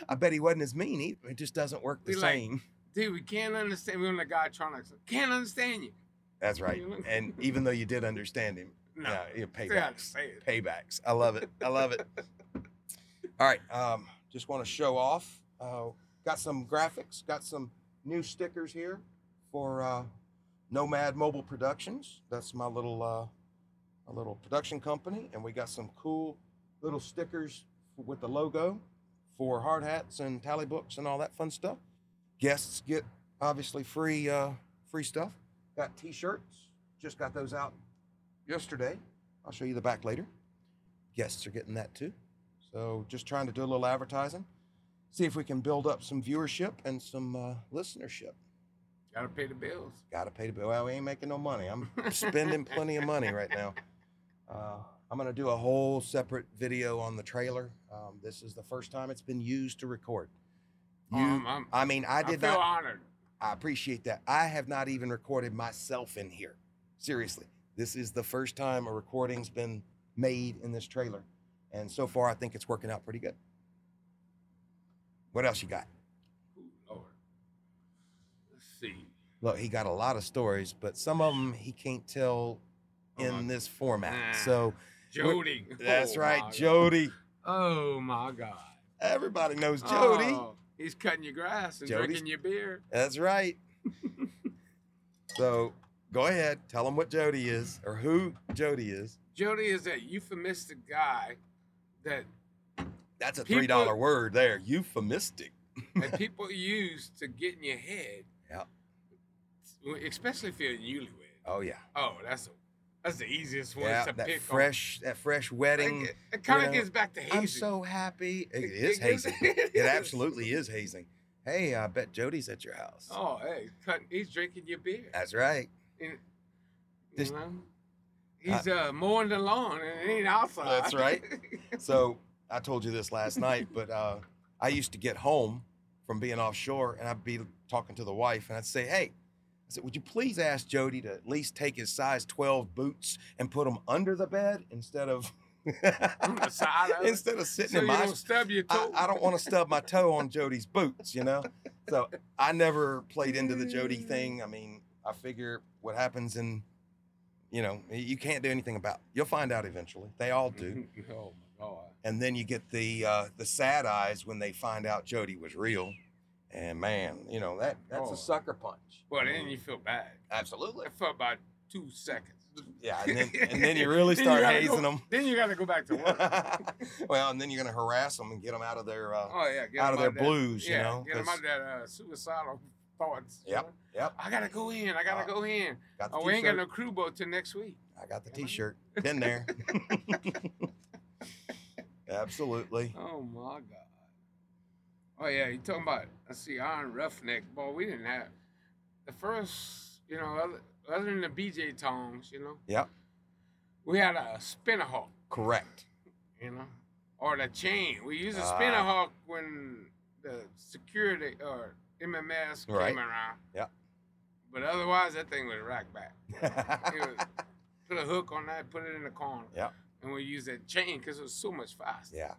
A: I bet he wasn't as mean either. It just doesn't work the
B: Be like-
A: same.
B: Dude, we can't understand. We're on the Guytronics. Can't understand you.
A: That's right.
B: You know?
A: And even though you did understand him,
B: No.
A: yeah, yeah,
B: They had to
A: paybacks.
B: say it.
A: Paybacks. I love it. I love it. All right. Um, just want to show off. Uh, got some graphics. Got some new stickers here for uh, Nomad Mobile Productions. That's my little uh, a little production company, and we got some cool little stickers with the logo for hard hats and tally books and all that fun stuff. Guests get obviously free uh, free stuff. Got t-shirts. Just got those out yesterday. I'll show you the back later. Guests are getting that too. So just trying to do a little advertising. See if we can build up some viewership and some uh, listenership.
B: Gotta pay the bills.
A: Got to pay the bill. Well, we ain't making no money. I'm spending plenty of money right now. Uh, I'm going to do a whole separate video on the trailer. Um, this is the first time it's been used to record. You,
B: Um, I'm-
A: I mean, I
B: I
A: did
B: feel
A: not.
B: honored.
A: I appreciate that. I have not even recorded myself in here. Seriously, this is the first time a recording's been made in this trailer, and so far I think it's working out pretty good. What else you got?
B: Ooh, Lord. Let's see.
A: Look, he got a lot of stories, but some of them he can't tell in
B: Oh,
A: this format.
B: Nah.
A: So
B: Jody.
A: that's
B: Oh,
A: right,
B: my God.
A: Jody.
B: Oh, my God.
A: Everybody knows Jody.
B: Oh, he's cutting your grass and
A: Jody's-
B: drinking your beer.
A: That's right. so go ahead, tell them what Jody is or who Jody is.
B: Jody is that euphemistic guy that
A: That's a
B: People-
A: three dollar word there. Euphemistic.
B: that people use to get in your head.
A: Yep.
B: Especially if you're a newlywed.
A: Oh yeah.
B: Oh, that's a, that's the easiest one
A: yeah
B: to
A: that
B: pick
A: fresh, that fresh
B: on.
A: wedding.
B: oh. It, kind
A: you
B: of
A: know,
B: gets back to hazing.
A: I'm so happy. It
B: It
A: is
B: gives-
A: hazing.
B: it
A: It
B: is.
A: absolutely is hazing. Hey, I bet Jody's at your house.
B: Oh, hey, cut, he's drinking your beer.
A: That's right.
B: And-
A: This-
B: you know? He's uh, mowing the lawn and it ain't outside.
A: That's right. So I told you this last night, but uh, I used to get home from being offshore and I'd be talking to the wife and I'd say, Hey, I said, would you please ask Jody to at least take his size 12 boots and put them under the bed instead of
B: On the side of it.
A: instead of sitting
B: so
A: in
B: you
A: my
B: don't stub your
A: I,
B: toe.
A: I don't want to stub my toe on Jody's boots, you know? So I never played into the Jody
B: Mm.
A: thing. I mean, I figure what happens in, you know, you can't do anything about. You'll find out eventually. They all do.
B: Oh, my God.
A: And then you get the uh, the sad eyes when they find out Jody was real. And man, you know, that that's
B: Oh.
A: a sucker punch.
B: Well, then you feel bad.
A: Absolutely.
B: For about two seconds.
A: Yeah, and then, and then you really
B: Then
A: start
B: gotta
A: hazing
B: go,
A: them.
B: Then you got to go back to work.
A: well, and then you're going to harass them and get them out of their uh,
B: Oh yeah, get
A: out of
B: them
A: their
B: that-
A: blues,
B: Yeah,
A: you know.
B: get 'em
A: 'cause-
B: out of that uh, suicidal thoughts. you
A: Yep,
B: know?
A: yep.
B: I gotta go in. I gotta
A: Uh,
B: go in.
A: Got the
B: Oh, we ain't got
A: t-shirt.
B: no crew boat till next week.
A: I got the
B: Am I?
A: T-shirt. Been there. Absolutely.
B: Oh my god. Oh yeah, you talking about? I see Iron Roughneck. Boy, we didn't have the first. You know, other, other than the BJ tongs, you know.
A: Yep.
B: We had a spinnerhawk.
A: Correct.
B: you know, or the chain. We used a
A: Ah.
B: spinner hawk when the security or MMS came
A: Right.
B: around.
A: Yep.
B: But otherwise, that thing was rack back. It was, put a hook on that, put it in the corner.
A: Yep.
B: And we used that chain because it was so much faster.
A: yeah.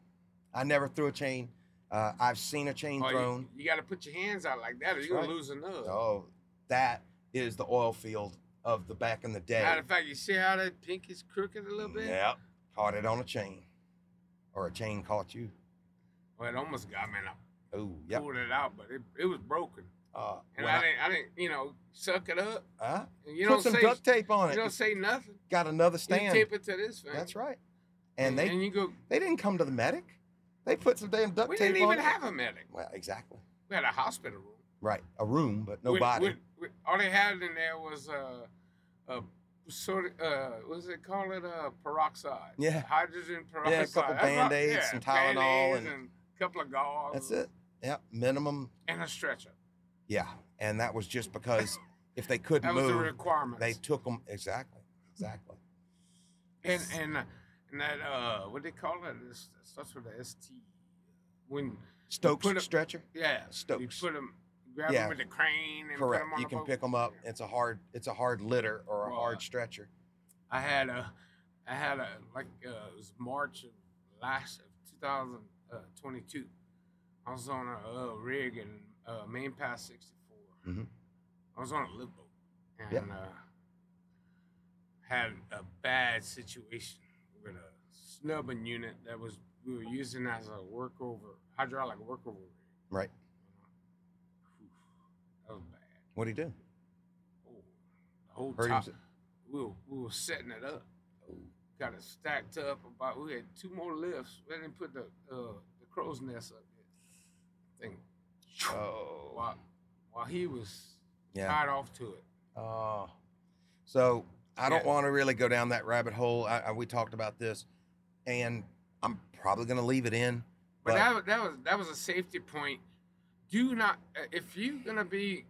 A: I never threw a chain. Uh, I've seen a chain
B: Oh, you-
A: thrown.
B: You, got to put your hands out like that, or
A: That's
B: you're
A: right.
B: gonna lose a nub.
A: Oh, that is the oil field of the back in the day.
B: Matter of fact, you see how that pink is crooked a little bit?
A: Yep. Caught it on a chain. Or a chain caught you.
B: Well, it almost got me, and I
A: Oh, yep.
B: pulled it out, but it, it was broken.
A: Uh,
B: And
A: when
B: I, didn't, I didn't, you know, suck it up.
A: I- huh?
B: And you
A: Put
B: don't
A: some
B: say,
A: duct tape on
B: you
A: it.
B: don't say nothing.
A: Got another
B: You
A: stand.
B: tape it to this thing.
A: That's right. And they
B: and you go.
A: they didn't come to the medic. They put some damn duct
B: We
A: tape
B: didn't even
A: on it.
B: have a medic.
A: Well, exactly.
B: We had a hospital room.
A: Right. A room, but no
B: We-
A: body.
B: we- we- all they had in there was uh, a sort of uh, what's it call it? Uh, peroxide.
A: Yeah.
B: Hydrogen peroxide.
A: Yeah, a couple
B: That's about-
A: Band-Aids,
B: yeah,
A: some Tylenol,
B: Band-Aids
A: and-
B: a couple of gauze.
A: That's it. Yep. Minimum.
B: And a stretcher.
A: Yeah. And that was just because if they couldn't
B: That was the
A: move,
B: requirement.
A: they took them. Exactly. Exactly.
B: and and uh, and that uh, what they call it? It's, it starts with a ST. When
A: Stokes
B: put a-
A: stretcher.
B: yeah, you
A: Stokes.
B: put them, grab
A: Yeah.
B: them with a crane and put
A: Correct.
B: them on
A: You
B: a
A: can
B: boat.
A: pick them up. It's a hard. It's a hard litter or a
B: Well,
A: hard
B: uh,
A: stretcher.
B: I had a, I had a like uh, it was March of last of 2022. I was on a uh, rig in uh, Main Pass 64.
A: Mhm.
B: I was on a lift boat and
A: Yeah.
B: uh, had a bad situation with a snubbing unit that was we were using as a workover hydraulic workover rig.
A: Right.
B: Whew, that was bad.
A: What do you do?
B: Oh, the whole
A: Hurt
B: top,
A: himself.
B: we were, we were setting it up. Got it stacked up about. We had two more lifts. We didn't put the uh, the crow's nest up yet. Thing
A: Oh.
B: while while he was
A: Yeah.
B: tied off to it.
A: Oh. So I don't
B: Yeah.
A: want to really go down that rabbit hole. I, I, we talked about this, and I'm probably going to leave it in. But-
B: But that wa- that was that was a safety point. Do not uh, if you're gonna be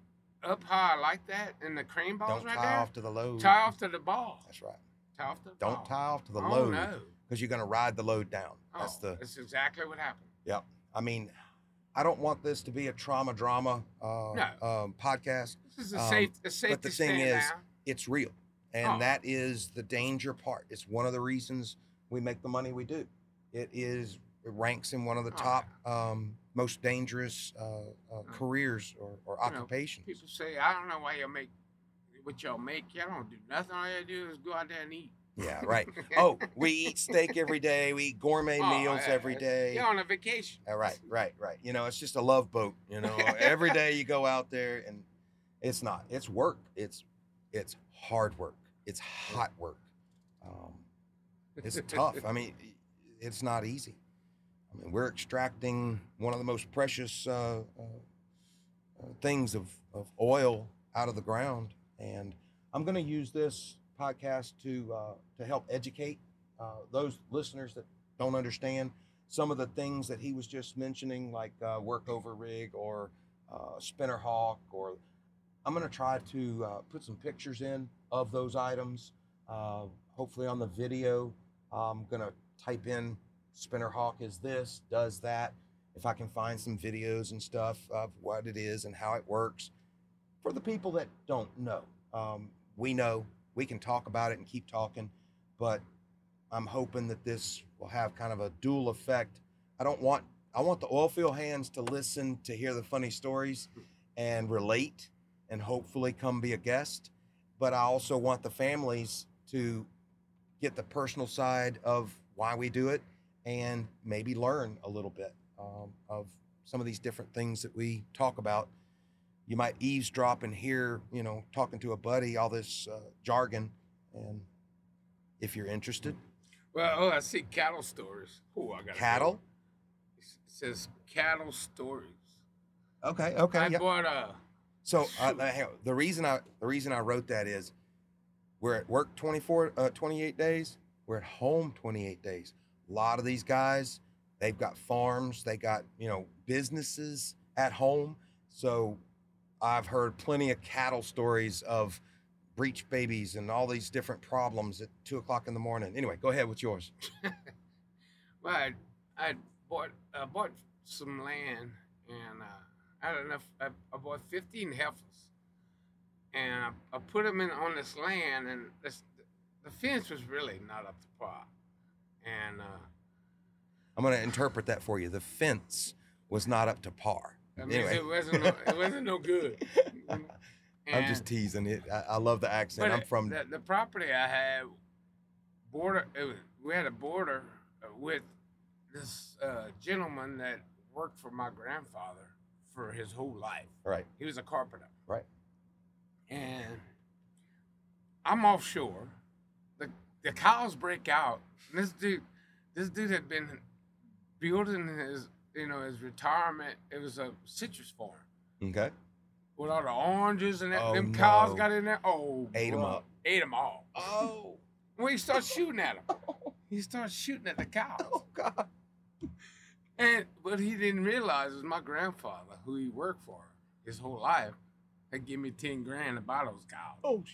B: up high like that and the crane ball's
A: Don't
B: right
A: tie
B: there.
A: off to the load.
B: tie off to the ball.
A: That's right.
B: Tie off to the
A: Don't
B: ball.
A: tie off to the
B: oh,
A: load
B: No.
A: because you're going to ride the load down.
B: Oh,
A: That's the.
B: That's exactly what happened.
A: I mean, I don't want this to be a trauma drama uh,
B: No.
A: um, podcast.
B: This is a
A: Um,
B: safe a safety
A: the thing
B: stand
A: is,
B: down.
A: it's real and
B: Oh.
A: that is the danger part it's one of the reasons we make the money we do it is it ranks in one of the
B: Oh,
A: top um, most dangerous uh, uh, careers or, or
B: You know,
A: occupations
B: People say, I don't know why y'all make what y'all make. Y'all don't do nothing. All y'all do is go out there and eat.
A: yeah right oh we eat steak every day we eat gourmet
B: Oh,
A: meals
B: yeah,
A: every
B: yeah.
A: day
B: Y'all on a vacation.
A: All right, Uh, right, right. You know, it's just a love boat. You know, every day you go out there, and it's not. It's work. It's it's hard work. It's hot work. Um, it's tough. I mean, it's not easy. I mean, we're extracting one of the most precious uh, uh, uh, things of of oil out of the ground, and I'm going to use this podcast to uh, to help educate uh, those listeners that don't understand some of the things that he was just mentioning, like uh, workover rig or uh, spinner hawk. Or I'm going to try to uh, put some pictures in of those items. Uh, hopefully on the video, I'm going to type in spinner hawk is this, does that. If I can find some videos and stuff of what it is and how it works, for the people that don't know, um, we know we can talk about it and keep talking, but I'm hoping that this will have kind of a dual effect. I don't want I want the oil field hands to listen to hear the funny stories and relate and hopefully come be a guest. But I also want the families to get the personal side of why we do it and maybe learn a little bit um, of some of these different things that we talk about. You might eavesdrop and hear, you know, talking to a buddy, all this uh, jargon. And if you're interested,
B: Well, oh, I see cattle stories. Oh, I got
A: cattle.
B: It says cattle stories.
A: Okay. Okay.
B: I
A: yeah.
B: bought a.
A: So uh, uh, hang on. the reason I the reason I wrote that is we're at work 24, uh, 28 days. We're at home 28 days. A lot of these guys, they've got farms, they got you know businesses at home. So I've heard plenty of cattle stories of breech babies and all these different problems at two o'clock in the morning. Anyway, go ahead with yours.
B: Well, I, I bought I bought some land and uh, I had enough. I, I bought 15 heifers, and I, I put them in on this land, and this, the fence was really not up to par. And uh,
A: I'm going to interpret that for you. The fence was not up to par.
B: I mean,
A: Anyway.
B: it wasn't no, it wasn't no good.
A: I'm just
B: And-
A: teasing it. I, I love the accent.
B: But
A: I'm
B: it-
A: from.
B: the, the property I had border. It was, we had a border uh, with this uh, gentleman that worked for my grandfather for his whole life.
A: Right.
B: He was a carpenter.
A: Right.
B: And I'm offshore. The the cows break out. And this dude, this dude had been building his you know his retirement. It was a citrus farm
A: Okay.
B: with all the oranges and that,
A: Oh,
B: them cows
A: no.
B: got in there. Oh,
A: Ate 'em
B: bruh.
A: up.
B: Ate them all.
A: Oh.
B: Well, he starts shooting at him. He starts shooting at the cows.
A: Oh God.
B: And what he didn't realize is my grandfather, who he worked for his whole life, had give me ten grand to buy those cows.
A: Oh.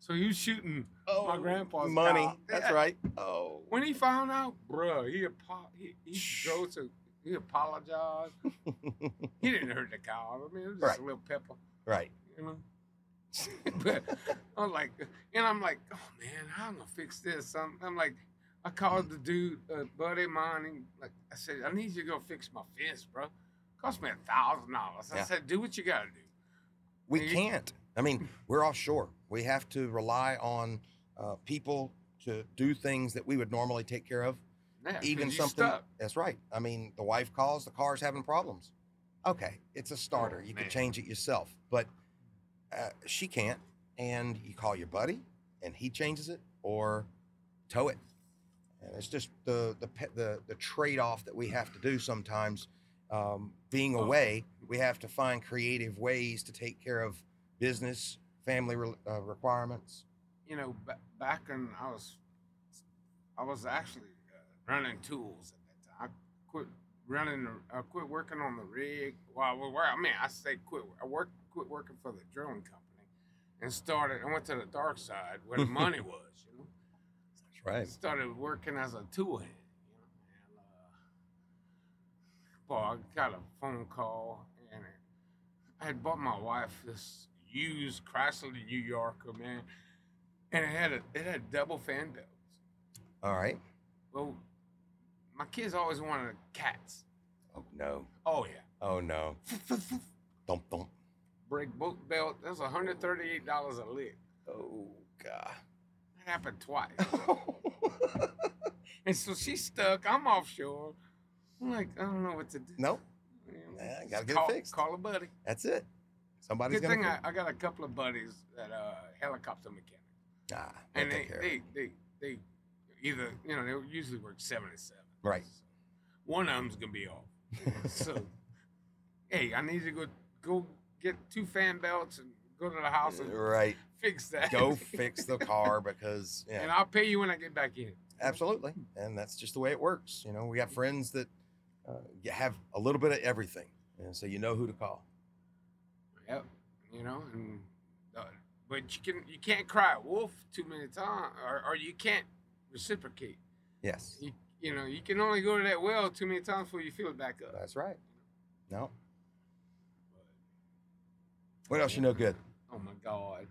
B: So he was shooting
A: oh
B: my grandpa's
A: money.
B: cow.
A: That's
B: Yeah.
A: right. Oh.
B: When he found out, bruh, he apo- he, he goes to he apologized. he didn't hurt the cow. I mean, it was just
A: Right.
B: a little pepper,
A: Right.
B: you know. but I was like, and I'm like, oh man, how am I gonna fix this? I'm, I'm like, I called the dude, uh, buddy of mine, and like I said, I need you to go fix my fence, bro. Cost me a thousand dollars. I
A: Yeah.
B: said, do what you gotta do.
A: We
B: You-
A: can't. I mean, we're offshore. We have to rely on uh, people to do things that we would normally take care of.
B: Yeah, 'cause
A: Even
B: you
A: something.
B: stuck.
A: That's right. I mean, the wife calls. The car's having problems. Okay, it's a starter.
B: Oh,
A: you
B: man.
A: can change it yourself, but uh, she can't. And you call your buddy, and he changes it or tow it. And it's just the the pe- the, the trade off that we have to do sometimes. Um, being
B: Oh.
A: away, we have to find creative ways to take care of business, family re- uh, requirements.
B: You know, b- back when I was, I was actually uh, running tools at that time. I quit running. the- I quit working on the rig. Well, I, was- well, I mean, I say quit. I worked, quit working for the drilling company, and started. I went to the dark side where the money was. You know.
A: That's right.
B: started working as a tool hand. You know, and, uh, boy, I got a phone call, and I had bought my wife this used Chrysler New Yorker, man, and it had a, it had double fan belts.
A: All right.
B: Well, my kids always wanted cats.
A: Oh no.
B: Oh yeah,
A: Oh no. Thump thump.
B: break book belt. That's one hundred thirty eight dollars a lick.
A: Oh god.
B: That happened twice. and so she's stuck. I'm offshore. I'm like, I don't know what to do.
A: no,
B: You know,
A: Yeah, gotta
B: just
A: get it
B: call,
A: fixed.
B: Call a buddy.
A: that's it. Somebody's
B: Good
A: gonna.
B: thing I, I got a couple of buddies that uh, helicopter mechanics,
A: ah, they'll
B: and
A: take
B: they,
A: care of it.
B: they they they either you know they usually work seventy seven.
A: Right.
B: One of them's gonna be off. so, hey, I need to go go get two fan belts and go to the house and
A: Uh, Right.
B: fix that.
A: Go fix the car because yeah,
B: And I'll pay you when I get back in.
A: absolutely. And that's just the way it works. You know, we got friends that uh, you have a little bit of everything, and so you know who to call.
B: Yep. You know, and uh, but you can you can't cry wolf too many times, or, or you can't reciprocate.
A: Yes,
B: You, you know, you can only go to that well too many times before you fill it back up.
A: that's right. No. What else you know? Good.
B: Oh my God.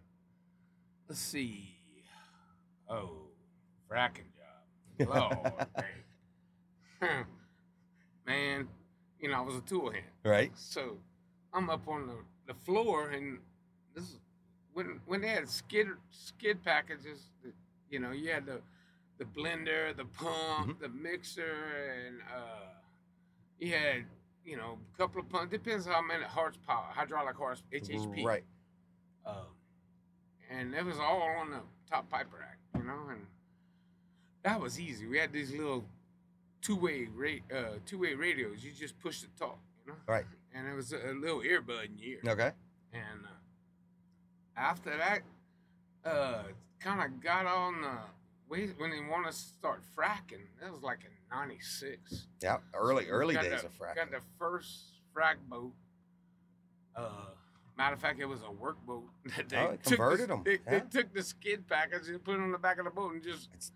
B: Let's see. Oh, fracking job. Lord, man. man, you know, I was a tool hand.
A: Right.
B: So I'm up on the, the floor, and this is when when they had skid skid packages. That, you know, you had the the blender, the pump, the mixer, and uh, you had you know a couple of pumps. Depends how many horsepower, hydraulic horse, HHP.
A: Right.
B: Um, and it was all on the top pipe rack, you know, and that was easy. We had these little two-way ra- uh, two-way radios. You just push the talk, you know.
A: Right.
B: And it was a, a little earbud in your ear.
A: Okay.
B: And uh, after that, uh, kind of got on the way when they want us to start fracking. That was like in '96.
A: Yeah. Early early
B: Got
A: days
B: the-
A: of fracking.
B: Got the first frack boat. Uh, matter of fact, it was a work boat that they
A: Oh, it
B: took
A: converted
B: the,
A: 'em,
B: They, they
A: yeah.
B: took the skid package and put it on the back of the boat and just
A: Just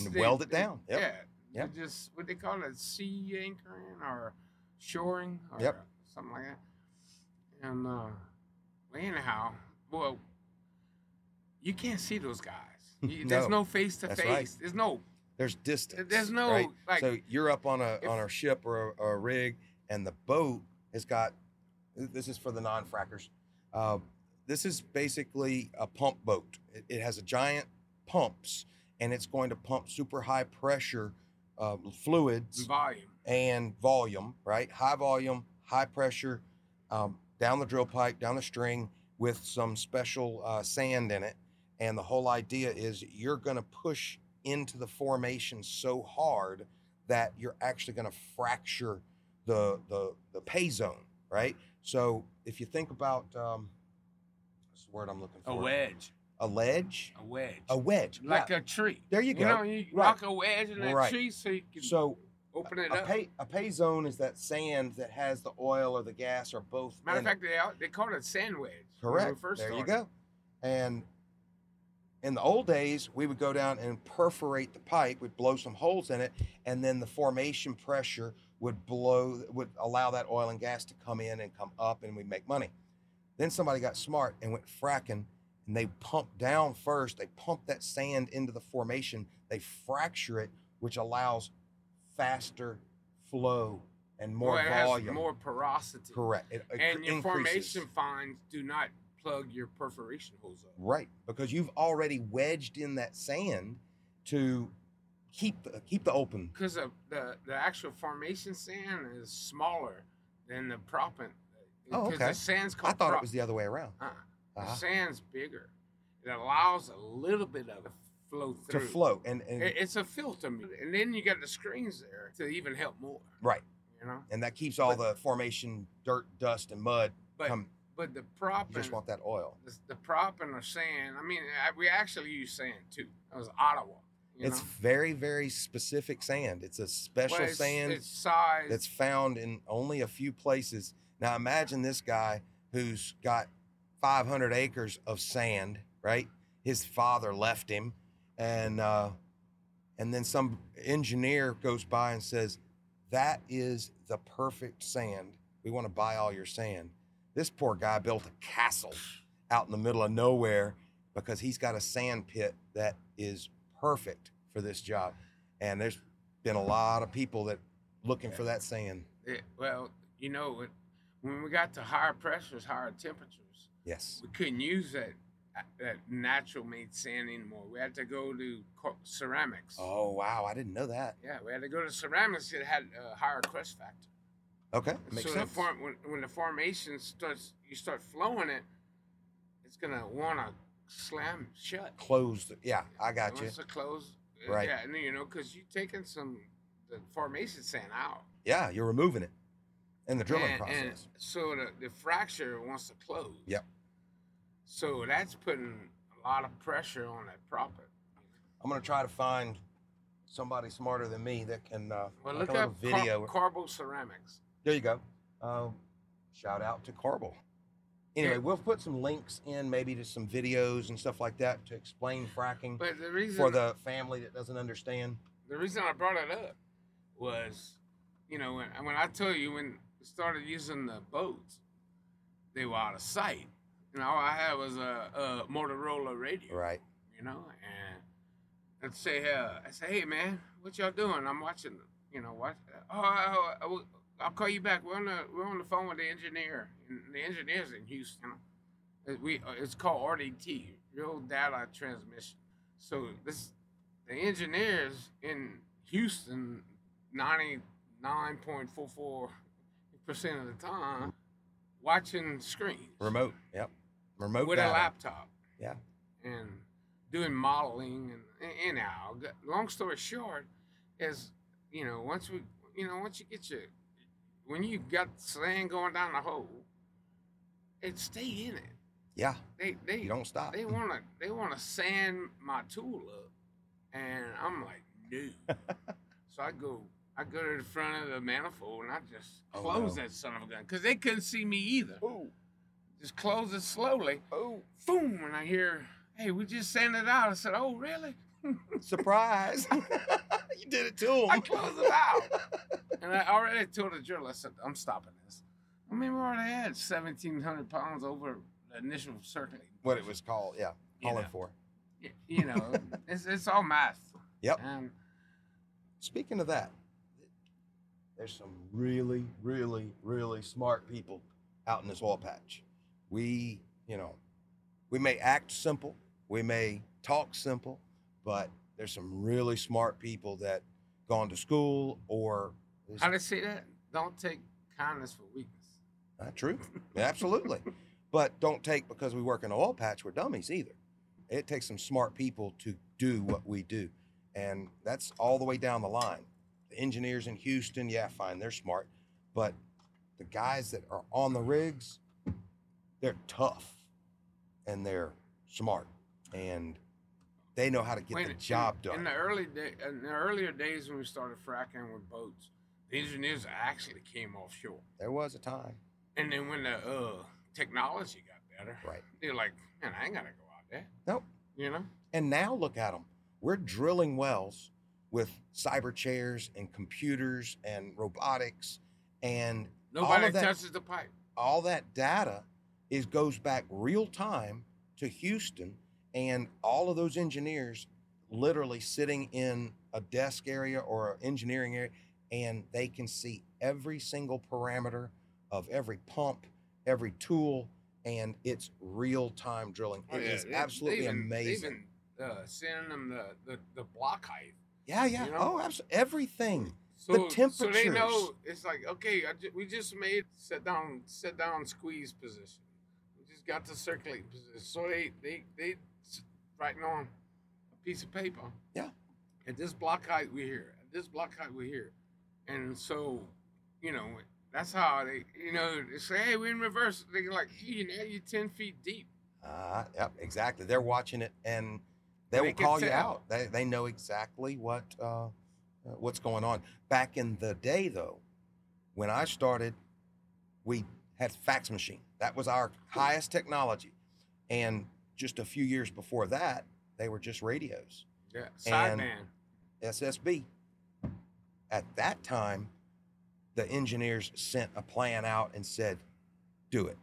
B: it's- they-
A: weld it
B: they-
A: down. Yep.
B: yeah, they
A: Yep.
B: just what they call it sea anchoring or shoring. Or
A: Yep.
B: something like that. And uh, well, anyhow, well, you can't see those guys. You, There's
A: No.
B: no face to
A: That's right.
B: face. There's no.
A: There's distance.
B: There's no,
A: right?
B: like,
A: so you're up on a
B: if-
A: on a ship or a, a rig, and the boat has got. This is for the non-frackers. Uh, this is basically a pump boat. It, it has a giant pumps, and it's going to pump super high pressure uh, fluids
B: volume.
A: and volume, right? High volume, high pressure, um, down the drill pipe, down the string with some special uh, sand in it. And the whole idea is you're going to push into the formation so hard that you're actually going to fracture the, the, the pay zone, right? So if you think about, um, what's the word I'm looking for?
C: A wedge.
A: A ledge?
C: A wedge.
A: A wedge.
B: Like
A: right.
B: a tree.
A: There you go.
B: You know, you
A: Right.
B: knock a wedge in that
A: Right.
B: tree so you can
A: so
B: open it
A: a
B: up.
A: pay a pay zone is that sand that has the oil or the gas or both.
B: Matter of
A: in it.
B: fact, they all- they called it sand wedge. when we
A: correct.
B: first
A: there you
B: started.
A: go. And in the old days, we would go down and perforate the pipe. We'd blow some holes in it, and then the formation pressure would blow would allow that oil and gas to come in and come up, and we'd make money. Then somebody got smart and went fracking, and they pumped down first. They pumped that sand into the formation. They fracture it, which allows faster flow and more
B: Well, it has
A: volume.
B: more porosity.
A: Correct. It, it
B: and your
A: increases.
B: formation fines do not plug your perforation holes up.
A: Right, because you've already wedged in that sand to keep the, keep the open.
B: Because of the, the actual formation sand is smaller than the propant.
A: Oh,
B: 'Cause
A: okay.
B: The sand's
A: I
B: called
A: thought
B: prop-
A: it was the other way around.
B: uh-uh. The
A: Uh-huh.
B: sand's bigger. It allows a little bit of flow
A: To
B: through.
A: float and, and
B: It- it's a filter, and then you got the screens there to even help more.
A: right,
B: You know,
A: and that keeps all the formation dirt, dust, and mud.
B: but
A: come,
B: but the
A: you
B: propant,
A: just want that oil.
B: the, the propant or sand. I mean, I, we actually use sand too. That was Ottawa. You
A: It's
B: know?
A: very very specific sand. It's a special
B: Well, it's-
A: sand
B: It's size.
A: that's found in only a few places. Now imagine this guy who's got 500 acres of sand, right? His father left him, and uh, and then some engineer goes by and says, "That is the perfect sand. We want to buy all your sand." This poor guy built a castle out in the middle of nowhere because he's got a sand pit that is perfect for this job, and there's been a lot of people that looking for that sand.
B: it, well, you know, it, when we got to higher pressures, higher temperatures,
A: Yes.
B: we couldn't use that that natural made sand anymore. We had to go to co- ceramics.
A: Oh wow, I didn't know that.
B: Yeah, we had to go to ceramics that had a higher crust factor.
A: Okay, makes
B: so
A: sense.
B: The form, when, when the formation starts, you start flowing it, it's gonna wanna slam shut.
A: Closed. Yeah, I got you.
B: Once it close, uh,
A: Right.
B: Yeah, and you know, cause you're taking some the formation sand out.
A: Yeah, you're removing it in the drilling
B: and,
A: process.
B: and so the, the fracture wants to close.
A: Yep.
B: So that's putting a lot of pressure on that proppet.
A: I'm gonna try to find somebody smarter than me that can uh,
B: Well,
A: like
B: look
A: a
B: up
A: little video.
B: Car- Carbo Ceramics.
A: there you go. Um, shout out to Carble. Anyway,
B: Yeah.
A: we'll put some links in, maybe to some videos and stuff like that to explain fracking
B: But the reason
A: for the family that doesn't understand.
B: the reason I brought it up was, you know, when, when I tell you when we started using the boats, they were out of sight, and all I had was a, a Motorola radio,
A: Right.
B: you know, and I'd say, uh, I say, hey man, what y'all doing? I'm watching, you know, what? Oh, I, I, will- I'll call you back. We're on the we're on the phone with the engineer, and the engineer's in Houston. It- We uh, it's called RDT, real data transmission. So this the engineers in Houston, ninety nine point four four percent of the time, watching screens
A: Remote. Yep. Remote.
B: with
A: data.
B: a laptop.
A: Yeah.
B: And doing modeling and a- and all. G- Long story short, is you know once we you know once you get your when you got sand going down the hole, it stay in it.
A: Yeah.
B: They they
A: You don't stop.
B: they wanna they wanna sand my tool up, and I'm like no. so I go I go to the front of the manifold and I just
A: Oh,
B: close
A: no.
B: that son of a gun because they couldn't see me either.
A: Oh.
B: Just close it slowly
A: Oh.
B: boom, and I hear, hey, we just sent it out. I said, oh, really?
A: Surprise! you did it to him.
B: I closed it out. and I already told the drill, I said, I'm stopping this. I mean, we already had seventeen hundred pounds over the initial circuit.
A: What it was called, yeah,
B: You
A: calling
B: know,
A: for.
B: y- you know, it's it's all math.
A: Yep.
B: And
A: Speaking of that, there's some really, really, really smart people out in this oil patch. We, you know, we may act simple, we may talk simple, but there's some really smart people that gone to school or
B: how they say that? Don't take kindness for weakness.
A: Uh, true. Absolutely. but don't take because we work in an oil patch, we're dummies either. It takes some smart people to do what we do. And that's all the way down the line. The engineers in Houston, yeah, fine, they're smart. But the guys that are on the rigs, they're tough and they're smart and they know how to get
B: Wait,
A: the
B: in-
A: job
B: in,
A: done.
B: the early day, in the earlier days when we started fracking with boats, the engineers actually came offshore.
A: there was a time.
B: And then when the uh, technology got better,
A: Right.
B: they're like, man, I ain't gotta go out there.
A: Nope.
B: You know?
A: And now look at them. We're drilling wells with cyber chairs and computers and robotics and
B: Nobody
A: of that-
B: touches the pipe.
A: all that data is goes back real time to Houston and all of those engineers literally sitting in a desk area or an engineering area and they can see every single parameter of every pump, every tool and it's real time drilling. It is
B: Oh, they-
A: absolutely
B: they even,
A: amazing.
B: They even uh, sending them the, the, the block height.
A: Yeah, yeah.
B: You know?
A: Oh, absolutely. Everything.
B: So, So they
A: temperatures.
B: know it's like okay, I ju- we just made sit down, sit down, squeeze position. We just got to circulate position. So they they they s- writing on a piece of paper.
A: Yeah.
B: At this block height, we here. At this block height, we here. And so, you know, that's how they, you know, they say, hey, we're in reverse. They're like, you know, you're ten feet deep.
A: Uh, yep, exactly. They're watching it, and they,
B: They
A: will
B: can
A: call you
B: tell.
A: out. They, they know exactly what uh, uh, what's going on. Back in the day, though, when I started, we had fax machine. That was our highest technology, and just a few years before that, they were just radios.
B: Yeah. Side
A: And-
B: man.
A: SSB. At that time, the engineers sent a plan out and said, do it.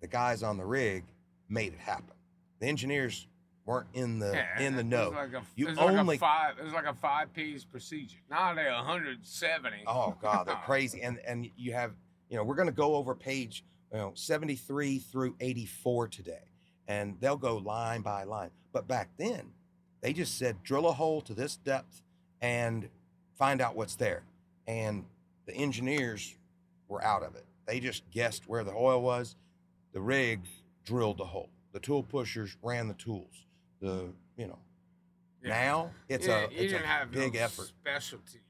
A: The guys on the rig made it happen. The engineers weren't in the
B: Yeah,
A: uh, in the
B: it's
A: know.
B: Like a,
A: You
B: it's like
A: only-
B: a five. It's like a five page procedure. Now they're 170.
A: Oh God, they're crazy. And and you have you know we're going to go over page you know 73 through 84 today, and they'll go line by line. But back then, they just said drill a hole to this depth and find out what's there. And the engineers were out of it. They just guessed where the oil was. The rig drilled the hole. The tool pushers ran the tools. The you know
B: Yeah.
A: now it's
B: yeah,
A: a
B: you
A: it's a
B: didn't have
A: big
B: no
A: effort.
B: Specialty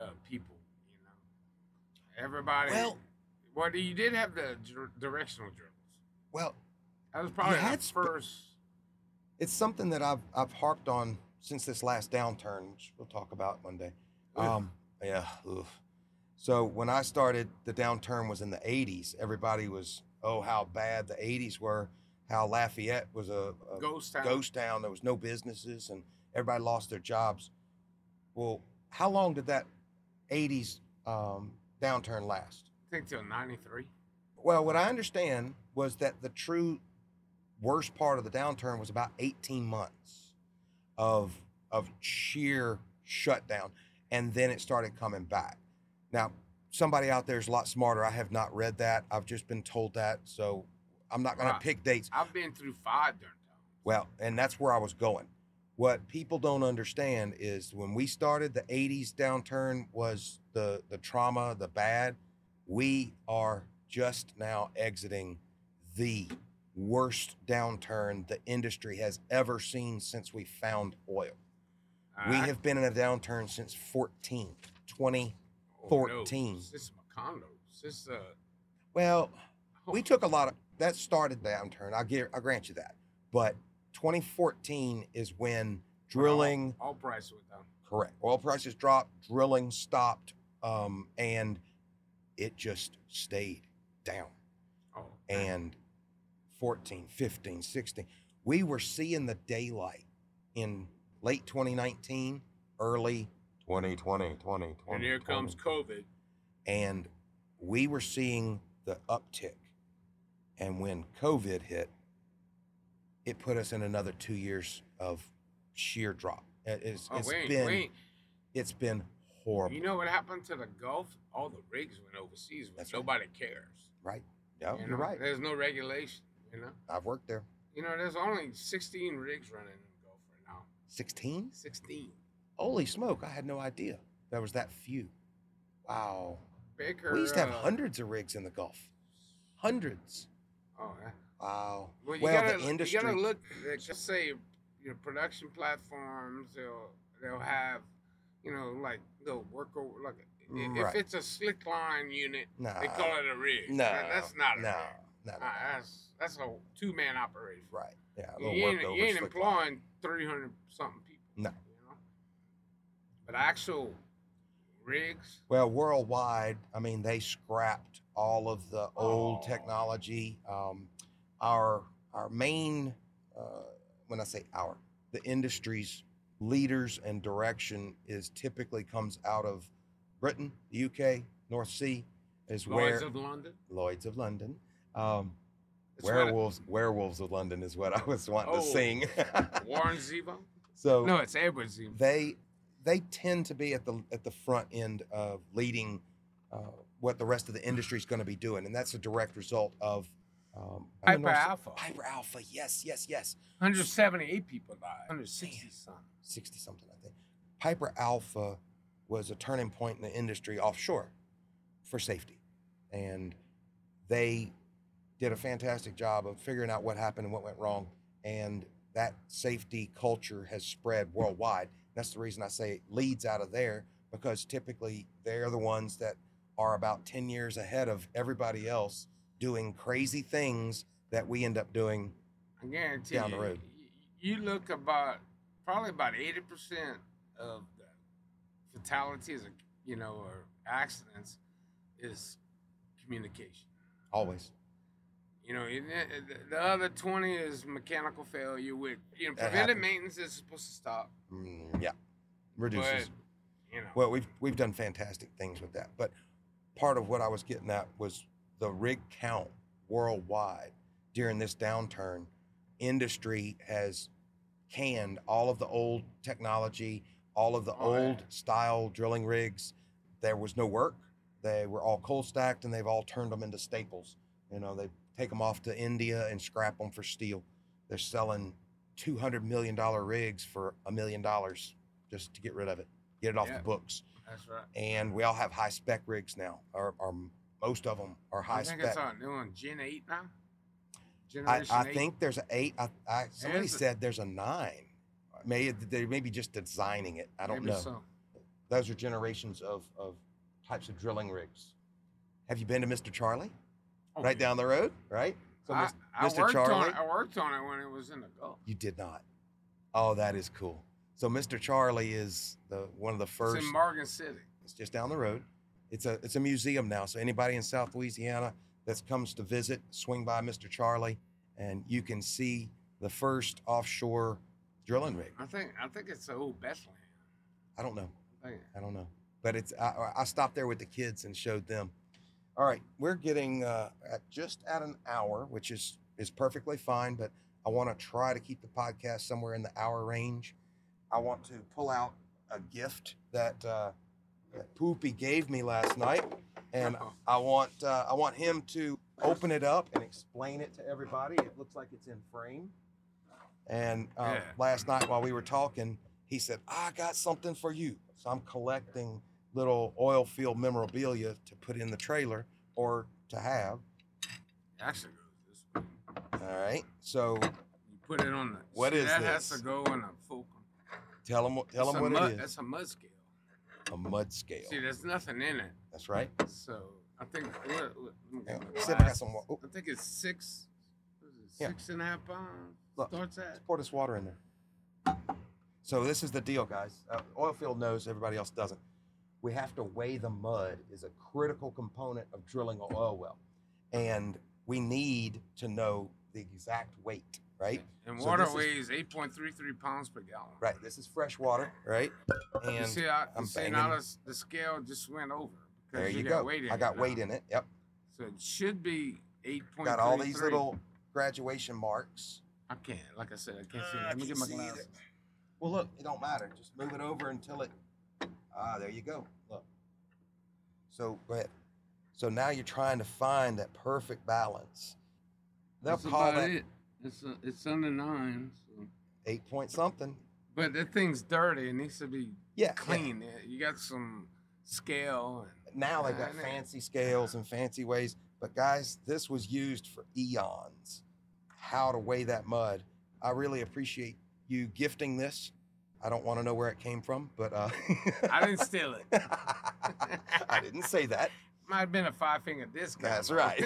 B: uh, people, you know. Everybody.
A: Well-
B: well, you did have the dir- directional drills.
A: Well,
B: That was probably the
A: had spe-
B: first.
A: it's something that I've I've harped on since this last downturn, which we'll talk about one day.
B: Ugh.
A: Um, yeah. oof. So when I started, the downturn was in the '80s. Everybody was, oh, how bad the '80s were, how Lafayette was a, a
B: Ghost town.
A: uh, ghost town. There was no businesses, and everybody lost their jobs. Well, how long did that '80s um, downturn last?
B: I think till '93.
A: Well, what I understand was that the true worst part of the downturn was about 18 months of of sheer shutdown, and then it started coming back. Now, somebody out there is a lot smarter. I have not read that. I've just been told that, so I'm not going
B: Right.
A: to pick dates.
B: I've been through five during time.
A: Well, and that's where I was going. What people don't understand is when we started the 80s downturn was the the trauma, the bad. We are just now exiting the worst downturn the industry has ever seen since we found oil. We
B: I-
A: have been in a downturn since 14, 20.
B: oh, no.
A: 14.
B: This is my condo. This is, uh,
A: Well,
B: oh,
A: we took a lot of that started the downturn. I'll give I'll grant you that. But 2014 is when drilling
B: All, all price went down.
A: Correct. Oil prices dropped, drilling stopped, um, and it just stayed down.
B: Oh,
A: And 14, 15, 16, we were seeing the daylight in late 2019, early 2020, 2020.
B: and here comes COVID.
A: And we were seeing the uptick. And when COVID hit, it put us in another two years of sheer drop. It- It's,
B: Oh,
A: it's
B: wait,
A: been
B: wait.
A: it's been horrible,
B: You know what happened to the Gulf? All the rigs went overseas when
A: That's right.
B: nobody cares.
A: right? No,
B: you
A: you're
B: know?
A: right.
B: There's no regulation, you know?
A: I've worked there.
B: You know, there's only 16 rigs running in the Gulf right now.
A: 16?
B: 16.
A: Holy smoke! I had no idea there was that few. Wow.
B: Baker.
A: we used to have
B: uh,
A: hundreds of rigs in the Gulf. Hundreds.
B: Oh, yeah.
A: Wow.
B: Well,
A: Well,
B: you gotta,
A: the industry.
B: You gotta look. Like, just say your production platforms. They'll they'll have, you know, like they'll work over like i- if
A: Right.
B: it's a slick line unit,
A: no.
B: they call it a rig.
A: No.
B: That- that's not a
A: No.
B: rig.
A: No. no,
B: Uh, that's that's a two man operation.
A: Right. Yeah. A
B: You
A: little
B: ain't,
A: workover
B: you ain't
A: slick line.
B: employing three hundred something people.
A: No.
B: You know? But actual rigs.
A: Well, worldwide, I mean, they scrapped all of the old
B: Oh.
A: technology. Um, our our main, uh, when I say our, the industry's leaders and direction is typically comes out of Britain, the UK, North Sea, is
B: Lloyd's
A: where
B: of London.
A: Lloyd's of London. Um,
B: That's where the-
A: werewolves, werewolves of London is what I was wanting
B: Oh.
A: to sing.
B: Warren Zevon.
A: so
B: No, it's Edward Zevon.
A: they they tend to be at the at the front end of leading uh, what the rest of the industry is going to be doing, and that's a direct result of um, I mean,
B: Hyper
A: also-
B: Alpha.
A: Hyper Alpha, yes, yes, yes,
B: 178 people died. 160 some.
A: sixty something, I think. Piper Alpha was a turning point in the industry offshore for safety, and they did a fantastic job of figuring out what happened and what went wrong, and that safety culture has spread worldwide. That's the reason I say it leads out of there because typically they're the ones that are about 10 years ahead of everybody else doing crazy things that we end up doing.
B: I guarantee
A: Down the
B: you,
A: road.
B: y- You look about probably about 80 percent of the fatalities, or, you know, or accidents, is communication.
A: Always.
B: You know, and the- the- the other 20 is mechanical failure. With you know,
A: That
B: preventive
A: happens.
B: maintenance is supposed to stop.
A: Mm, yeah. Reduces.
B: But you know,
A: Well, we've we've done fantastic things with that. But part of what I was getting at was the rig count worldwide during this downturn. Industry has canned all of the old technology, all of the
B: Oh, yeah.
A: old style drilling rigs. There was no work. They were all cold stacked, and they've all turned them into staples. You know, they take them off to India and scrap them for steel. They're selling two hundred million dollar rigs for a million dollars just to get rid of it, get it off
B: Yeah.
A: the books
B: that's right.
A: and we all have high spec rigs now, or, or most of them are high
B: I think
A: spec.
B: it's on doing Gen 8 now.
A: I,
B: Generation
A: I
B: 8.
A: think there's an eight. I, I somebody
B: There's a-
A: said there's a nine. Maybe they may be just designing it. I don't
B: Maybe
A: know.
B: so.
A: Those are generations of, of types of drilling rigs. Have you been to Mr. Charlie?
B: Oh,
A: right
B: yeah.
A: down the road, right? So
B: I,
A: Mis-
B: I
A: Mr.
B: worked
A: Charlie?
B: on I worked on it when it was in the Gulf.
A: you did not. Oh, that is cool. So Mr. Charlie is the one of the first.
B: It's in Morgan City.
A: It's just down the road. It's a it's a museum now. So anybody in South Louisiana that comes to visit, swing by Mr. Charlie, and you can see the first offshore drilling rig.
B: I think I think it's the old Bethlehem.
A: I don't know.
B: I think
A: I don't know. But it's I, I stopped there with the kids and showed them. All right, we're getting uh, at just at an hour, which is is perfectly fine. But I want to try to keep the podcast somewhere in the hour range. I want to pull out a gift that, uh, that Poopy gave me last night, and
B: Oh.
A: I want uh, I want him to open it up and explain it to everybody. It looks like it's in frame. And uh,
B: Yeah.
A: last night while we were talking, he said, "I got something for you." So I'm collecting little oil field memorabilia to put in the trailer or to have.
B: it actually goes this way.
A: All right. So
B: You put it on the.
A: What
B: see,
A: is
B: that
A: this?
B: has to go on a fulcrum.
A: tell him tell
B: It's
A: him
B: a
A: what
B: mud,
A: it is.
B: That's a mud scale.
A: A mud scale.
B: See, there's nothing in it,
A: That's right.
B: so I think. What, what, let me
A: Yeah.
B: get my
A: See if I got
B: glass.
A: some. wa- Oh,
B: I think it's six. what is it,
A: Yeah.
B: Six and a half pounds.
A: Look.
B: Starts at.
A: let's pour this water in there. So this is the deal, guys. Uh, oil field knows everybody else doesn't. We have to weigh the mud is a critical component of drilling an oil well, and we need to know the exact weight, right?
B: And
A: So
B: water
A: this is-
B: weighs 8.33 pounds per gallon.
A: Right. This is fresh water, right? And
B: you see, I,
A: I'm
B: you see
A: banging-
B: now this, the scale just went over. because
A: there you
B: got
A: go.
B: Weight in
A: I
B: it
A: got
B: now.
A: weight in it. Yep.
B: So it should be eight point.
A: Got all these little graduation marks.
B: I can't. Like I said, I can't see.
A: Ah, I
B: Let me
A: can
B: get my
A: see
B: glasses.
A: Well, look, it don't matter. Just move it over until it. Ah, there you go. Look. So, go ahead. So now you're trying to find that perfect balance. They'll
B: That's
A: call
B: about
A: that
B: it. It's uh it's under nine. So.
A: eight point something.
B: But that thing's dirty. It needs to be
A: Yeah. yeah.
B: clean. Uh, You got some scale and
A: Now they've got
B: Yeah, I know.
A: fancy scales and fancy ways. But guys, this was used for eons. How to weigh that mud. I really appreciate you gifting this. I don't want to know where it came from, but uh,
B: I didn't steal it.
A: I didn't say that.
B: Might have been a five finger discount.
A: That's right.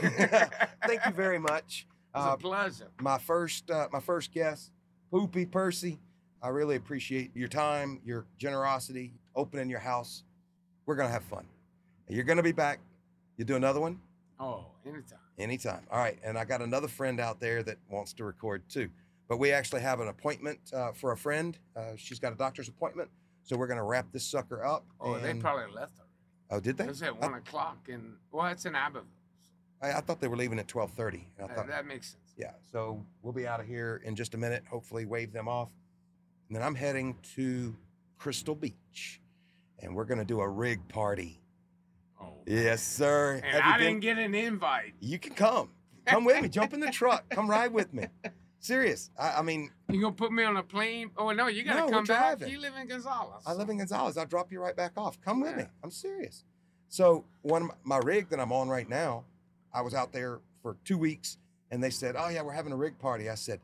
A: Thank you very much.
B: It's
A: Uh,
B: a pleasure.
A: my first, uh, my first guest, Poopy Percy. I really appreciate your time, your generosity, opening your house. We're gonna have fun. You're gonna be back. You do another one
B: Oh, anytime.
A: anytime. All right, and I got another friend out there that wants to record too. But we actually have an appointment uh, for a friend. Uh, she's got a doctor's appointment, so we're gonna wrap this sucker up.
B: Oh, they
A: and-
B: probably left already.
A: Oh, did they?
B: It's at one o'clock, and well, it's in Abbeville.
A: I, I thought they were leaving at twelve thirty. I
B: That-
A: thought
B: that makes sense.
A: yeah so we'll be out of here in just a minute hopefully wave them off and then i'm heading to crystal beach and we're going to do a rig party
B: Oh.
A: yes sir
B: And I
A: Have you
B: didn't
A: been-
B: get an invite.
A: you can come come with me jump in the truck come ride with me serious i, I mean
B: You gonna put me on a plane? Oh no, you gotta
A: No, we're
B: come back.
A: driving.
B: You live in Gonzales.
A: i live in gonzales i'll drop you right back off come with me
B: Yeah.
A: i'm serious so one of my, my rig that i'm on right now i was out there for two weeks and they said oh yeah we're having a rig party i said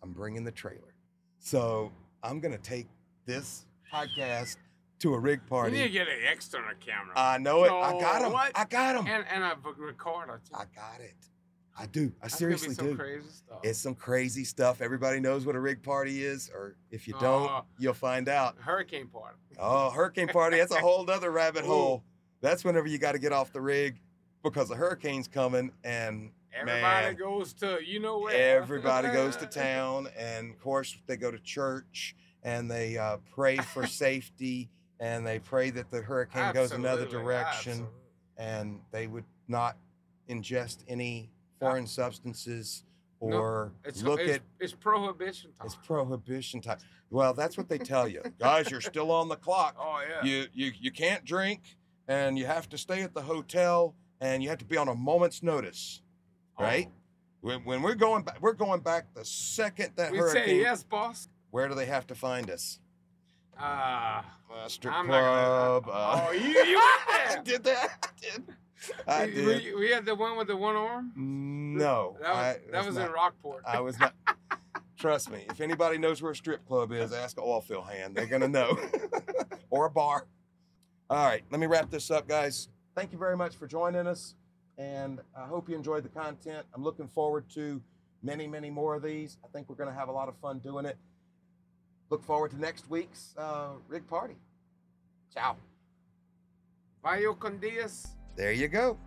A: I'm bringing the trailer. So I'm going to take this podcast to a rig
B: You need to
A: party.
B: get an external camera.
A: I know it. I got
B: No,
A: him.
B: what?
A: I got him.
B: and and a v- recorder. Too.
A: I got it. I do. I
B: That's
A: seriously
B: gonna be some
A: do.
B: Crazy stuff.
A: It's some crazy stuff. Everybody knows what a rig party is, or if you don't,
B: Oh.
A: you'll find out.
B: hurricane party.
A: Oh, hurricane party. That's a whole other rabbit
B: Ooh.
A: hole. That's whenever you got to get off the rig because a hurricane's coming and
B: Everybody
A: man,
B: goes to you know where.
A: Everybody goes to town, and of course they go to church and they uh, pray for safety and they pray that the hurricane goes another
B: Absolutely,
A: direction
B: absolutely.
A: and they would not ingest any foreign substances
B: No,
A: or
B: It's,
A: look
B: it's,
A: at.
B: it's prohibition time.
A: It's prohibition time. Well, that's what they tell you, guys. You're still on the clock
B: oh yeah.
A: you you you can't drink and you have to stay at the hotel and you have to be on a moment's notice
B: Oh.
A: right when, when we're going back we're going back the second that
B: we
A: hurricane
B: say yes, boss.
A: where do they have to find us
B: Ah.
A: uh, strip
B: I'm not gonna-
A: club uh,
B: oh, you, you
A: I
B: went there.
A: did that I did I
B: We-
A: did
B: We, we had the one with the one arm.
A: no
B: That was,
A: I
B: that was
A: not,
B: in Rockport.
A: I was not trust me if anybody knows where a strip club is ask an oil field hand they're gonna know or a bar. All right, let me wrap this up, guys. Thank you very much for joining us, and I hope you enjoyed the content. I'm looking forward to many, many more of these. I think we're going to have a lot of fun doing it. Look forward to next week's uh, rig party. Ciao.
B: Vayo con Diaz.
A: There you go.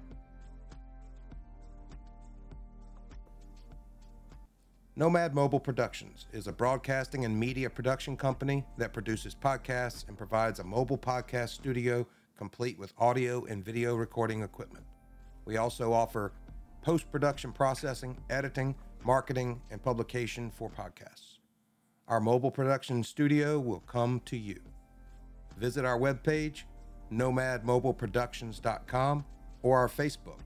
D: Nomad Mobile Productions is a broadcasting and media production company that produces podcasts and provides a mobile podcast studio complete with audio and video recording equipment. We also offer post production processing, editing, marketing, and publication for podcasts. Our mobile production studio will come to you. Visit our webpage, nomadmobileproductions.com, or our Facebook,